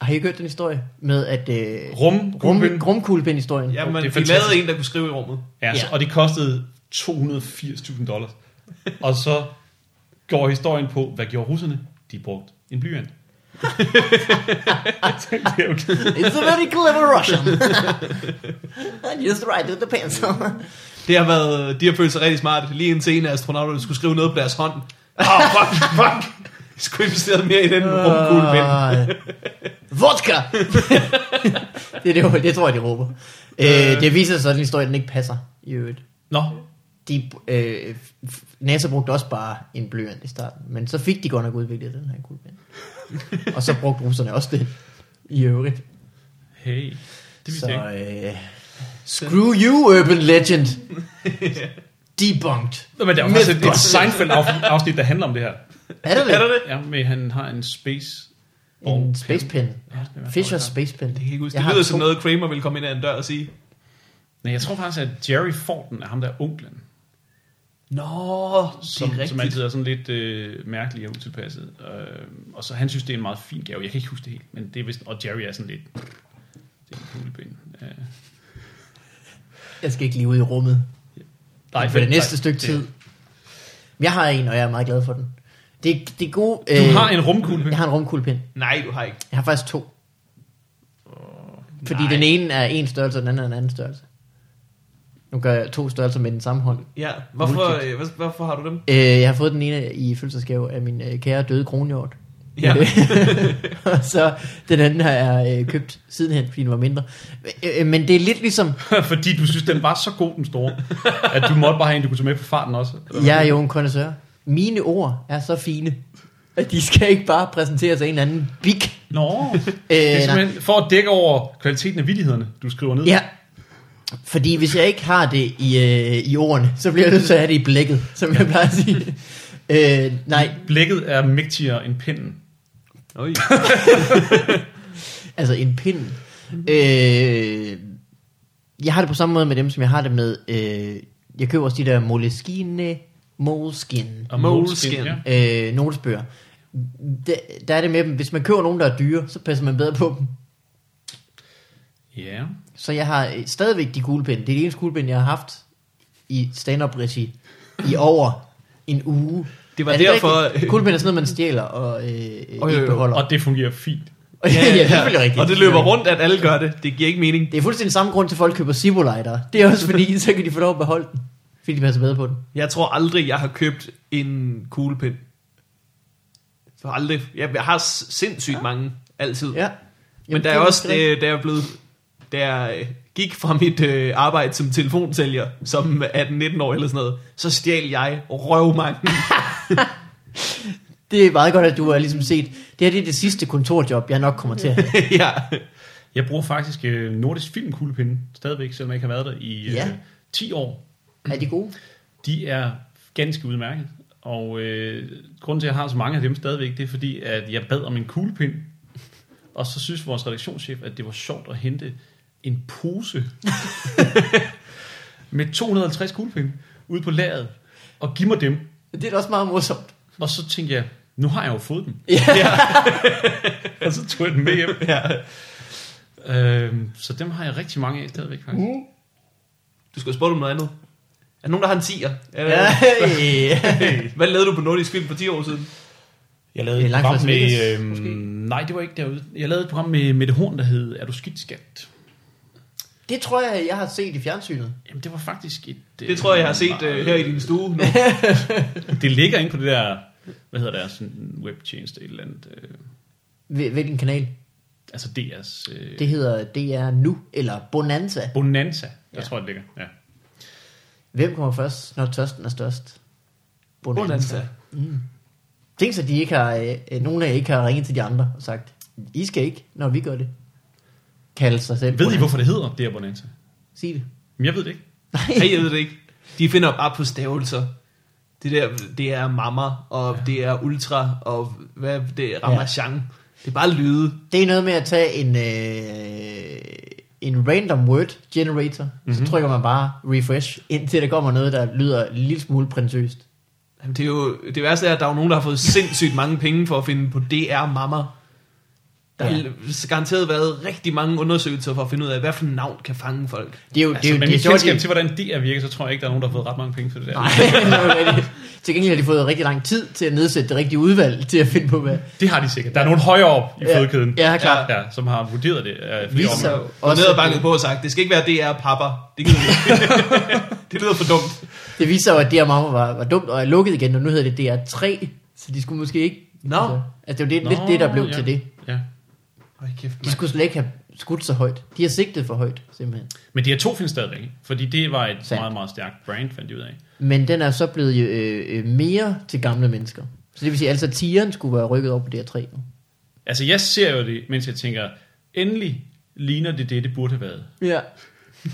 A: har I ikke hørt den historie med, at... Øh,
B: hovedet. Rum, kuglepind.
A: rum, rumkuglepind-historien?
C: ja
B: Det
C: men
B: er
C: de
B: fantastisk.
C: lavede en, der kunne skrive i rummet.
B: Ja, så,
A: Ja.
B: og det kostede 280.000 dollars. Og så går historien på, hvad gjorde russerne? De brugte en blyant. det er okay.
A: It's a very clever *laughs* Russian. I just write with the pencil.
C: Det har været, de har følt sig rigtig smart, lige indtil en af astronauterne skulle skrive noget på deres hånd.
B: Åh,
C: Ah,
B: oh, fuck, fuck.
C: De *laughs* skulle investere mere i den rumkuglepind.
B: Ah.
A: Øh, *laughs* Vodka! *laughs* det, er det, det tror jeg, de råber. Øh, det viser sig, at den historie den ikke passer i øvrigt.
B: Nå,
A: De, øh, f- NASA brugte også bare en blyant i starten, men så fik de godt nok udviklet den her kuglepind. og så brugte russerne også den i øvrigt.
B: hey. Det vidste
A: Så
B: jeg ikke.
A: øh, screw you, urban
B: *laughs*
A: legend. Debunked.
B: Nå, men der er jo også et, et Seinfeld-afsnit, der handler om det her.
A: Er det det?
C: Er der det?
B: Ja, men han har en space...
A: En space pen.
B: Ja, det er i hvert fald
A: Fisher's
B: godt.
A: space pen.
C: Det kan jeg ikke huske.
A: har
C: Det lyder som
A: to.
C: noget, Kramer ville komme ind ad en dør og sige.
B: Nej, jeg tror faktisk, at Jerry Forten er ham, der er onklen.
C: Nå,
B: som,
C: det er
B: som
C: rigtigt.
B: altid er sådan lidt øh, mærkelig og utilpasset. Øh, og så han synes, det er en meget fin gave. Jeg kan ikke huske det helt, men det er vist... Og Jerry er sådan lidt... Det er en kuglepind. Øh,
A: Jeg skal ikke lige ud i rummet. Nej, for det næste
B: nej,
A: stykke
B: det-
A: tid. Men Jeg har en, og jeg er meget glad for den. Det, det er gode... øh,
B: Du har en rumkuglepind.
A: Jeg har en rumkuglepind.
C: Nej, du har ikke.
A: Jeg har faktisk to. Fordi
C: nej.
A: den ene er en størrelse, og den anden er en anden størrelse. Nu gør jeg to størrelser med den samme hånd.
C: Ja, hvorfor,
A: Bullshit.
C: øh, hvor- hvorfor har du dem?
A: Øh, jeg har fået den ene i fødselsdagsgave af min øh, kære døde kronhjort.
C: Ja.
A: og *laughs* så den anden har jeg øh, købt sidenhen, fordi den var mindre. Øh, øh, men det er lidt ligesom...
B: *laughs* Fordi du synes, den var så god, den store, at du måtte bare have en, du kunne tage med på farten også.
A: Jeg er jo en connoisseur. Mine ord er så fine, at de skal ikke bare præsenteres af en eller anden bik.
B: Nå, det er
A: Øh, nej.
B: simpelthen for at dække over kvaliteten af vittighederne, du skriver ned.
A: ja. Fordi hvis jeg ikke har det i, øh, i ordene, så bliver jeg nødt til at have det i blækket, som jeg plejer at sige. Øh, nej,
B: Blækket er mægtigere end pinden.
C: Oj.
A: altså en pind. Øh, jeg har det på samme måde med dem, som jeg har det med... Øh, jeg køber også de der Moleskine, Moleskine.
B: Og
C: Moleskin,
B: moleskin, ja.
A: øh, notesbøger. Der, der er det med dem, hvis man køber nogen, der er dyre, så passer man bedre på dem.
B: Ja.
A: Så jeg har øh, stadigvæk de kuglepinde. Det er det eneste kuglepinde, jeg har haft i stand-up regi i over en uge.
C: Det var
A: Er
C: derfor-
A: rigtigt? Kuglepinde er sådan noget, man stjæler og øh, øh,
C: jo,
A: ikke
C: jo.
A: beholder.
B: Og det fungerer fint.
A: *laughs* ja, det er selvfølgelig rigtigt.
C: Og det løber rundt, at alle gør det. Det giver ikke mening.
A: Det er fuldstændig samme grund til, at folk køber Sibolejder. Det er også
C: *laughs*
A: fordi, så kan de få lov at beholde den. Fordi de passer bedre på den.
C: Jeg tror aldrig, jeg har købt en kuglepind. For aldrig. Jeg jeg har s- sindssygt mange, altid.
A: Ja.
C: Men der er også, det, der er blevet, der øh, gik fra mit øh, arbejde som telefonsælger, som 18-19 år eller sådan noget, så stjal jeg røvmange.
A: Det er meget godt, at du har ligesom set, det her det er det sidste kontorjob, jeg nok kommer til at have.
C: *laughs* ja.
B: Jeg bruger faktisk øh, Nordisk Filmkuglepinde stadigvæk, selvom jeg ikke har været der i øh,
A: Ja.
B: 10 år.
A: Er de gode?
B: De er ganske udmærket, og øh, grunden til, at jeg har så mange af dem stadigvæk, det er fordi, at jeg bad om en kuglepind, og så synes vores redaktionschef, at det var sjovt at hente en pose med 250 kuglepinde ud på lageret, og give mig dem.
A: Det er da også meget morsomt.
B: Og så tænkte jeg, nu har jeg jo fået dem.
C: *laughs*
A: Ja.
B: *laughs* og så tog jeg dem med hjem.
C: ja.
B: Øhm, så dem har jeg rigtig mange af stadigvæk, faktisk.
A: Uh.
C: Du skal spørge om noget andet. Er der nogen, der har en 10'er?
A: Ja.
C: *laughs* Hvad lavede du på Nordisk Film for 10 år siden?
B: Jeg
A: Det
B: lavede
A: er
B: et
A: langt
B: program
A: fra
B: med...
A: Vegas,
B: Øhm,
A: måske.
B: nej, det var ikke derude. Jeg lavede et program med Mette Horn, der hed Er du skidt skat?
A: Det tror jeg, jeg har set i fjernsynet.
B: Jamen, det var faktisk et... øh,
C: Det tror jeg, jeg har set øh, her i din stue. Nu.
B: Det ligger inde på det der... Hvad hedder det? Sådan en webtjeneste et eller andet. Øh,
A: Hvil- Hvilken kanal?
B: altså DR's... Øh,
A: Det hedder DR Nu, eller Bonanza.
B: Bonanza, der
A: Ja.
B: tror jeg, det ligger. Ja.
A: Hvem kommer først, når tørsten er størst? Mm.
C: Bonanza.
A: Tænk så, de ikke har, øh, øh, nogen af jer ikke har ringet til de andre og sagt, I skal ikke, når vi gør det. Kalde sig selv.
B: Ved I, hvorfor det hedder DR Bonanza?
A: Sig det.
B: Men jeg ved det ikke.
C: Nej, jeg ved det ikke. De finder bare på stavelser. Det der, det er mamma, og det er ultra, og hvad, det er ramachan. Det er bare lyde.
A: Det er noget med at tage en, øh, en random word generator, mm-hmm.
B: Mhm.
A: så trykker man bare refresh, indtil der kommer noget, der lyder en lille smule prinsøst.
C: Jamen, det er jo det værste er, at der er jo nogen, der har fået sindssygt mange penge for at finde på DR mamma. Der har
A: Ja.
C: ja. garanteret været rigtig mange undersøgelser for at finde ud af, hvad for navn kan fange folk.
A: Det er jo, det er
B: Altså,
A: jo,
B: men
A: det er
B: mit
A: sjovt,
B: kendskab
A: de-
B: til, hvordan DR virker, så tror jeg ikke, der er nogen, der har fået ret mange penge for det der.
A: Nej, *laughs* det er jo rigtigt. til gengæld har de fået rigtig lang tid til at nedsætte det rigtige udvalg til at finde på, hvad...
B: Det har de sikkert. Der er nogen højere op i
A: Ja.
B: fødekæden.
A: Ja, klart.
B: Ja, som har vurderet det. Øh, flere
A: Vist
B: omgange.
A: sig
C: Og
A: Også-
C: ned og banket på og sagt, det skal ikke være DR pappa. Det gider vi ikke.
A: *laughs*
C: det lyder for dumt.
A: Det viser jo, at DR Mamma var, var dumt og er lukket igen, og nu hedder det DR3, så de skulle måske ikke...
C: Nå.
A: Altså, altså det var det, lidt det, der blev
B: ja.
A: til det.
B: Ja.
C: Hold kæft,
A: De
C: mand.
A: skulle slet ikke have skudt så højt. De har sigtet for højt, simpelthen.
B: Men de her to findes stadigvæk, fordi det var et
A: Sandt.
B: meget, meget stærkt brand, fandt de ud af.
A: Men den er så blevet øh, øh, mere til gamle mennesker. Så det vil sige, altså tieren skulle være rykket over på DR3 nu.
B: Altså, jeg ser jo det, mens jeg tænker, endelig ligner det det, det burde have været.
A: Ja.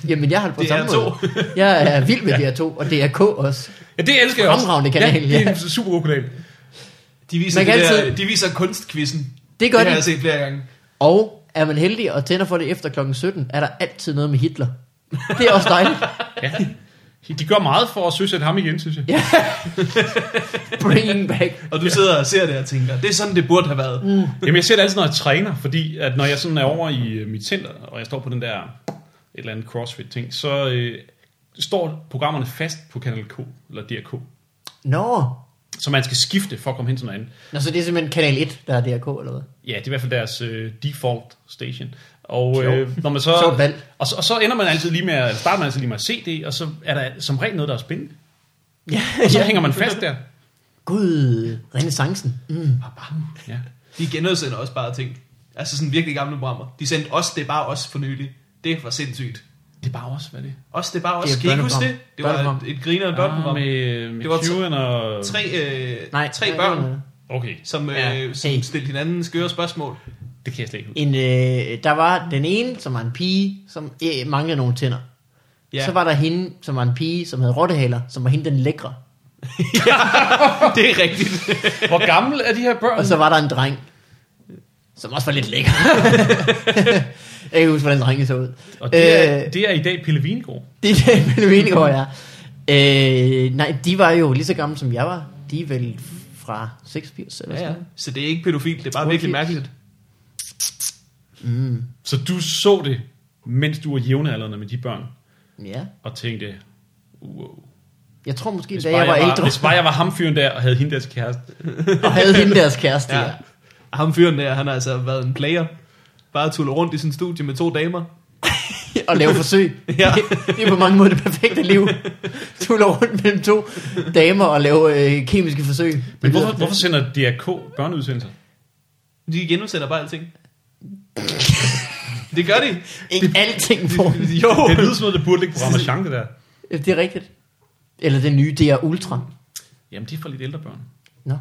A: Jamen, jeg har det på
C: Det er
A: samme måde. Jeg er vild med DR2, og DR2 også.
B: Ja, det elsker jeg også.
A: Fremragende kanal,
B: ja. Det er
A: ja.
B: en super god kanal.
C: De viser,
A: Man kan
C: det der,
A: altid-
C: de viser kunstkvisten.
A: Det gør
C: det har
A: de.
C: jeg set flere gange.
A: Og er man heldig og tænder for det efter klokken 17, er der altid noget med Hitler. Det er også *laughs* dejligt.
B: Ja. De gør meget for at søsætte ham igen, synes jeg. Ja.
A: Bringing back.
C: Og du sidder og ser det og tænker, det er sådan, det burde have været. Mm.
B: Jamen, jeg ser det altid, når jeg træner, fordi at når jeg sådan er over i øh, mit center, og jeg står på den der et eller andet CrossFit-ting, så øh, står programmerne fast på Kanal K, eller DRK.
A: Nå.
B: Så man skal skifte for at komme hen til noget andet.
A: Nå, så det er simpelthen kanal 1, der er DRK, eller hvad?
B: Ja, det er i hvert fald deres øh, default station. Og,
A: Sjovt.
B: øh, når man så,
A: Sjovt valg.
B: og, så, og så ender man altid lige med, at- eller starter man altid lige med at se det, og så er der som regel noget, der er spændende.
A: Ja, *laughs*
B: Og så hænger man fast der. Ah,
A: Gud, renaissancen. Mm.
B: Ja.
C: De genudsender også bare ting. Altså sådan virkelig gamle programmer. De sendte os, det er bare os for nylig. Det var sindssygt.
B: Det er bare også, hvad det
C: Os, det er bare os.
A: Det er
C: Det kan I ikke huske
A: børneprogram.
C: det? Det var
A: Børneprogram. Ah,
C: et,
B: er. med, øh,
C: et griner børneprogram. med
B: med
C: Det var
B: Kieran og...
C: tre, øh,
A: Nej,
C: nej, tre
A: nej,
C: børn,
A: nej, nej.
B: Okay,
C: som, øh,
A: Ja.
C: som
A: Hey.
C: stillede hinanden skøre spørgsmål.
B: det kan jeg slet ikke huske.
A: En, øh, der var den ene, som var en pige, som øh, manglede nogle tænder. Ja.
C: Ja.
A: Så var der hende, som var en pige, som havde rottehaler, som var hende den lækre.
B: *laughs*
C: det er rigtigt.
B: Hvor gammel er de her børn?
A: Og så var der en dreng, som også var lidt lækker. *laughs* jeg kan ikke huske, hvordan drengen så ud.
B: Og det er,
A: øh,
B: det er i dag Pelle Vingård.
A: det er det, Pelle Venegård er. Øh, nej, de var jo lige så gamle, som jeg var. De er vel fra 86 eller
C: Ja,
A: sådan
C: ja.
A: noget.
C: Så det er ikke pædofil, det er bare virkelig mærkeligt.
B: Så du så det, mens du var jævnaldrende med de børn,
A: ja.
B: og tænkte, wow.
A: Jeg tror måske,
B: Hvis
A: da
B: bare
A: jeg var
B: jeg
A: ældre,
B: var, hvis bare jeg var ham fyren der, og havde hende deres kæreste.
A: og havde hende deres kæreste.
C: Ja.
A: Ja.
C: Ham fyren der, han har altså været en player. Bare tullet rundt i sin studie med to damer.
A: og lave forsøg.
C: Ja.
A: Det, det er på mange måder det perfekte liv. Tuller rundt mellem to damer og lave øh, kemiske forsøg.
B: Men hvorfor, hvorfor sender DRK børneudsendelser?
A: *laughs*
C: De genudsender bare alting. Det gør de.
A: Ikke alting får
C: *laughs*
A: Øh,
C: Jo.
B: Det lyder som noget, der burde ligge på Ramachan, det der.
A: Det er rigtigt. Eller det nye, det er Ultra.
C: Jamen, de er for lidt ældre børn.
A: Nå.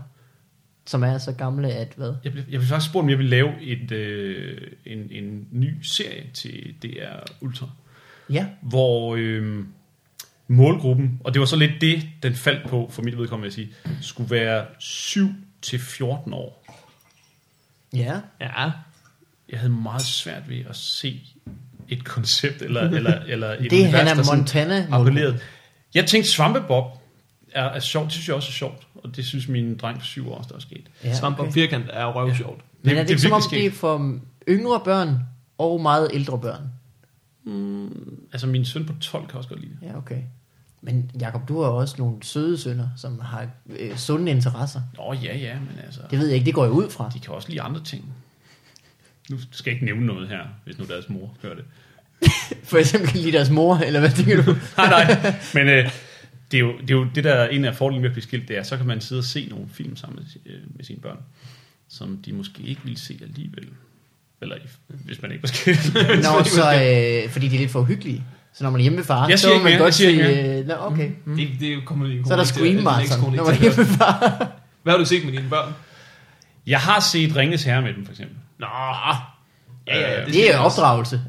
A: Som er så gamle, at hvad?
B: Jeg blev, jeg blev faktisk spurgt, om jeg ville lave et, øh, en, en ny serie til DR Ultra.
A: Ja.
B: hvor øh, målgruppen, og det var så lidt det, den faldt på, for mit vedkommende at sige, skulle være 7-14 år.
A: Ja.
C: Ja.
B: Jeg havde meget svært ved at se et koncept, eller, eller, eller et
A: Det er
B: univers, der
A: Hannah
B: sådan
A: Montana.
B: appellerede. Mm-hmm. Jeg tænkte, Svampebob er, er sjovt, det synes jeg også er sjovt, og det synes min dreng på syv år også, der er sket.
A: Ja,
C: Svamp og
A: okay.
C: firkant er røvsjovt.
A: Men er det ikke som om,
B: virkelig
A: det er
B: skægt.
A: for yngre børn og meget ældre børn?
B: Altså, min søn på 12 kan også godt lide det.
A: Ja, okay. Men Jakob, du har også nogle søde sønner, som har øh, sunde interesser.
B: Nå, ja, ja, men altså...
A: Det ved jeg ikke, det går jeg ud fra.
B: De kan også lide andre ting. Nu skal jeg ikke nævne noget her, hvis nu deres mor hører
A: *laughs*
B: det.
A: For eksempel lige deres mor, eller hvad tænker
B: *laughs*
A: du?
B: nej, nej. Men øh, det, er jo, det er jo det, der er en af fordelene ved at blive skilt, det er, så kan man sidde og se nogle film sammen med, øh, med sine børn, som de måske ikke ville se alligevel. Eller i- hvis man ikke var skilt.
A: Nå, så, øh, fordi de er lidt for hyggelige. Så når man er hjemme ved far,
B: Jeg
A: så
B: siger
A: må
B: ikke
A: man
B: mere,
A: godt
B: jeg siger ikke øh,
A: sige, øh, nå, okay.
C: Mm. Det, det kommer din
A: Så er der
C: øh,
A: Scream Marathon, når man er hjemme
C: Hvad *laughs*
A: ved far.
C: har du set med dine børn?
B: Jeg har set Ringes Herre med dem, for eksempel. Øh,
C: Nå. Ja, ja,
A: Det
C: skal
A: er
C: jeg også.
A: opdragelse.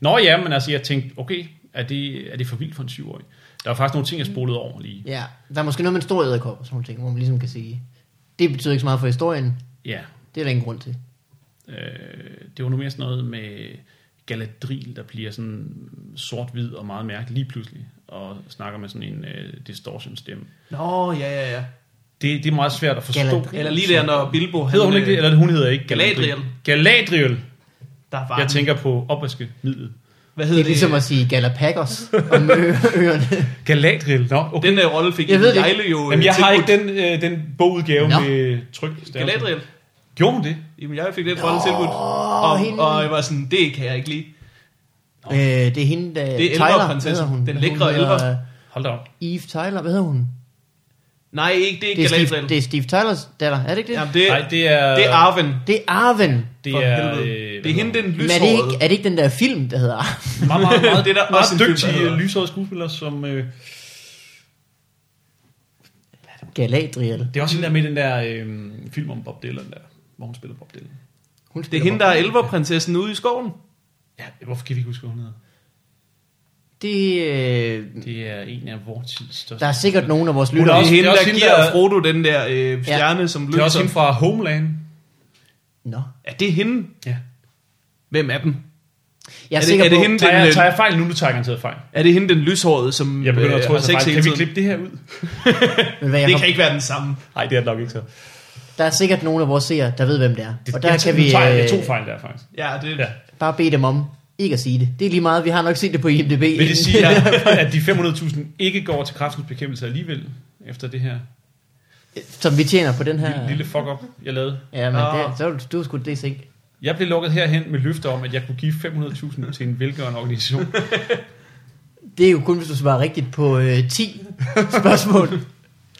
B: Nå ja, men altså, jeg tænkte, okay, er det, er det for vildt for en syvårig? Der er faktisk nogle ting, jeg spolede over lige.
A: Ja, der er måske noget med en stor æderkop og sådan nogle ting, hvor man ligesom kan sige, det betyder ikke så meget for historien,
B: Ja,
A: det er der ingen grund til.
B: Øh, det var nu mere sådan noget med Galadriel, der bliver sådan sort-hvid og meget mærkelig lige pludselig, og snakker med sådan en øh, distortion-stemme.
C: Nå, ja, ja, ja.
B: Det, det er meget svært at forstå.
A: Galadriel.
C: Eller lige der, når Bilbo... øh,
B: Hedder hun ikke det, eller hun hedder ikke
C: Galadriel.
B: Galadriel.
C: Der var
B: Jeg
C: den.
B: tænker på opvaskemidlet.
C: Hvad
A: Det
C: hedder
A: er ligesom at sige Galapagos om ø-
C: *laughs*
A: øerne.
B: Galadriel, nå. Okay.
C: Den der rolle fik
A: Jeg ved det
C: Jejle jo... øh,
B: Jamen, jeg har ikke den, øh,
C: tilbudt.
B: den bogudgave
A: Nå.
B: med tryk.
C: Galadriel.
B: Gjorde hun det?
C: Jamen, jeg fik den rolle tilbudt. Og,
A: hende.
C: og jeg var sådan, det kan jeg ikke lide.
A: Øh, det er hende, der...
C: Det er
A: Tyler,
C: elverprinsessen.
A: hedder hun.
C: Den lækre
A: Hun hedder,
C: elver.
B: Hold da op.
A: øh, Eve Tyler, hvad hedder hun?
C: Nej, ikke, det er
A: Det
C: ikke
A: er, Steve,
C: Galadriel.
A: det er Steve Tylers datter, er det ikke det?
C: Jamen, det,
B: Nej, det er...
C: det er Arven.
A: Det er Arven.
B: det
C: for
B: er,
C: helvede.
B: øh,
C: det er hende, den
A: Men er det, ikke,
C: lyshårede.
A: er det ikke den der film, der hedder Arven? *laughs*
B: Meget, meget, meget, det er der
C: også en
B: meget
C: film, der
B: dygtige
C: hedder.
B: lyshårede skuespillere, som... Øh,
A: Galadriel.
B: det er også hende der med i den der øh, film om Bob Dylan der, hvor hun spiller Bob Dylan.
A: Hun
C: Det er hende, der er elverprinsessen ude i skoven.
B: Ja, hvorfor kan vi ikke huske, hvad hun hedder?
A: Det, øh,
B: Det er en af vores tids største...
A: der er sikkert nogen af vores
C: Hun
A: lytter.
C: er
B: også-
C: også, hende,
B: det er også
C: der
B: hende,
C: giver
B: der-
C: Frodo den der øh, stjerne, som
B: det er også
C: lyser.
B: hende fra Homeland.
A: Nå.
C: Er det hende?
B: Ja.
C: Hvem er dem?
A: Jeg er,
C: Er det-
A: sikker
C: er det
A: på,
C: hende,
B: Tager
C: Den,
B: jeg,
C: øh,
B: tager jeg fejl nu? Nu tager jeg garanteret fejl.
C: Er det hende, den lyshårede, som øh,
B: Jeg begynder at tro,
C: har
B: at jeg
C: sex
B: tager fejl.
C: hele
B: Kan vi
C: tiden?
B: klippe det her ud?
A: men hvad,
C: Det
A: Jacob,
C: kan ikke være den samme.
B: Nej, det er det nok ikke så.
A: der er sikkert nogen af vores seere, der ved, hvem det er. Og der
B: jeg,
A: kan
B: nu
A: vi
B: tager jeg, jeg
A: øh,
B: to fejl der, faktisk.
C: Ja, det,
B: Ja.
C: ja.
A: bare bede dem om ikke at sige det. Det er lige meget, vi har nok set det på IMDb.
B: Vil det sige, *laughs* at, at de 500.000 ikke går til kræftens bekæmpelse alligevel, efter det her
A: *laughs* Som vi tjener på den her...
B: lille, lille fuck-up, jeg lavede?
A: Ja, men
C: Nå.
A: det, så er du, du skulle det ikke.
B: Jeg blev lukket herhen med løfter om, at jeg kunne give 500.000 til en velgørende organisation.
A: Det er jo kun, hvis du svarer rigtigt på øh, 10 spørgsmål.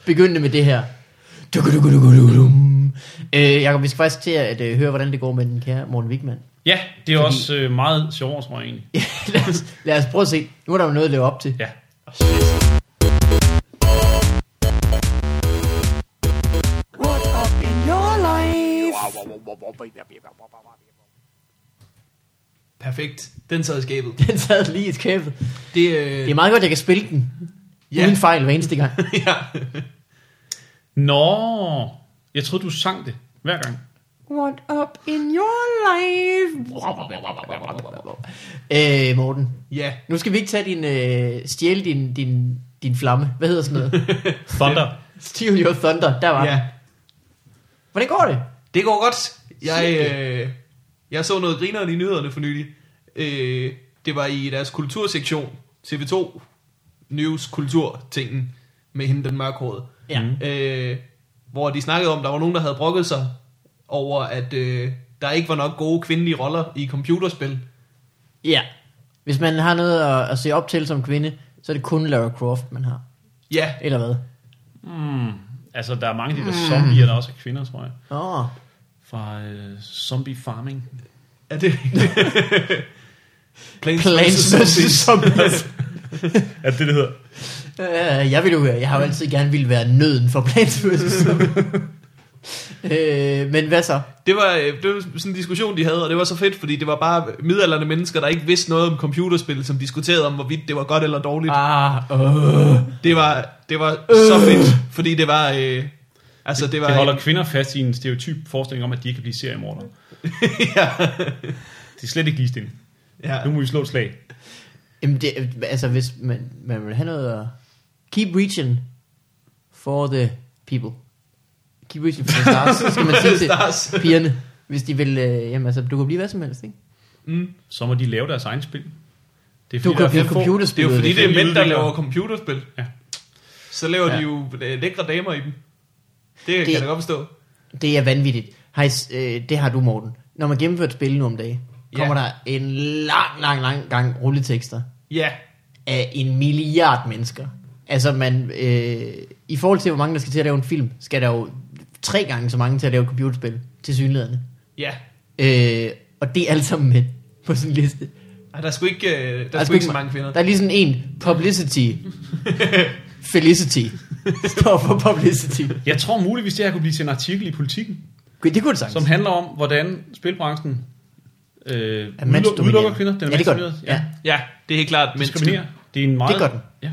A: Begyndte med det her. Dukudukudukudukudum. Øh, Jakob, vi skal faktisk til at øh, høre, hvordan det går med den kære Morten Wigman. *laughs*
B: Ja, det er
A: Fordi-
B: Fordi... også øh, meget sjovere, tror jeg egentlig.
A: lad, os, lad os prøve at se. Nu er der jo noget at leve op til.
B: Ja.
D: What up in your life?
C: Perfekt. Den sad i skabet.
A: *laughs* Den sad lige i skabet.
C: Det, øh,
A: Det er meget godt, jeg kan spille den.
C: Ja.
A: Ja. Uden fejl hver eneste gang.
C: ja. *laughs*
B: Nå, jeg troede, du sang det hver gang.
A: What up in your life? Øh, Morten,
C: ja.
A: nu skal vi ikke tage din, øh, stjæle din, din, din flamme. Hvad hedder sådan noget?
B: Thunder.
A: Steal your thunder. Der var ja.
C: ja.
A: Hvordan går det?
C: Det går godt. Jeg, øh, jeg så noget grineren i nyhederne for nylig. Øh, det var i deres kultursektion, TV2 News Kultur-tingen, med hende den mørkhårede.
A: Ja.
C: øh, hvor de snakkede om, der var nogen, der havde brokket sig over, at øh, der ikke var nok gode kvindelige roller i computerspil.
A: Ja. Hvis man har noget at, at se op til som kvinde, så er det kun Lara Croft, man har.
C: Ja,
A: Eller hvad?
B: Mm. Altså, der er mange af de der zombier, der også er kvinder, tror jeg.
A: Åh, oh,
B: Fra øh, zombie farming.
C: Er det *laughs* Planes,
A: Plants vs. Zombies.
B: Er det det, det hedder?
A: Øh, jeg vil jo, jeg har jo altid gerne ville være nøden for Plants vs. Zombies. øh, men hvad så?
C: *laughs* Det var, øh, det var sådan en diskussion, de havde, og det var så fedt, fordi det var bare midalderne mennesker, der ikke vidste noget om computerspil, som diskuterede om, hvorvidt det var godt eller dårligt.
A: Ah, øh.
C: Det var, det var så fedt, fordi det var... Øh, altså, Øh. det var...
B: Det holder kvinder fast i en stereotyp forestilling om, at de ikke kan blive seriemordere.
C: *laughs* ja,
B: Det er slet ikke ligestilling.
C: ja.
B: Nu må vi slå et slag.
A: Jamen det, altså hvis man, man vil have noget at... Keep reaching for the people. Keep reaching for the stars, så skal man sige til
C: Stars.
A: pigerne. Hvis de vil, øh, jamen altså, du kan blive hvad som helst, ikke?
C: Mm.
B: Så må de lave deres egen spil. Det er,
A: Du
B: fordi,
A: kan
B: der
A: blive
B: er flere få.
C: Det er
A: computerspillet.
C: jo fordi, det
B: fordi,
C: er
B: de
C: mænd, der
B: udvikler-
C: laver computerspil.
B: Ja.
C: Så laver
A: Ja.
C: de jo øh, lækre damer i dem. Det, det kan
A: Det-
C: jeg da godt forstå.
A: Det er vanvittigt. Hej, øh, det har du, Morten. Når man gennemfører et spil nu om dagen, kommer
C: Ja.
A: der en lang, lang, lang gang rulletekster
C: Ja,
A: af en milliard mennesker. Altså, man, øh, i forhold til, hvor mange der skal til at lave en film, skal der jo tre gange så mange til at lave et computerspil, til synligheden.
C: ja.
A: Øh, og det er alt sammen mænd på sådan en liste. Der,
C: Ej, der er sgu ikke, øh, der, der er sgu ikke så mange kvinder.
A: Der er lige sådan en publicity.
C: *laughs*
A: Felicity. Står for publicity.
B: Jeg tror muligvis, det her kunne blive til en artikel i politikken,
A: Gud, Det kunne det sagtens.
B: som handler om, hvordan spilbranchen øh,
A: Er mandsdomineret.
B: udlu- udelukker kvinder. Den er
A: ja, det gør den.
B: mandsdomineret.
A: Ja.
C: Ja, det er helt klart. Men
B: diskriminerer. Det er en meget...
A: Det gør den.
B: Ja.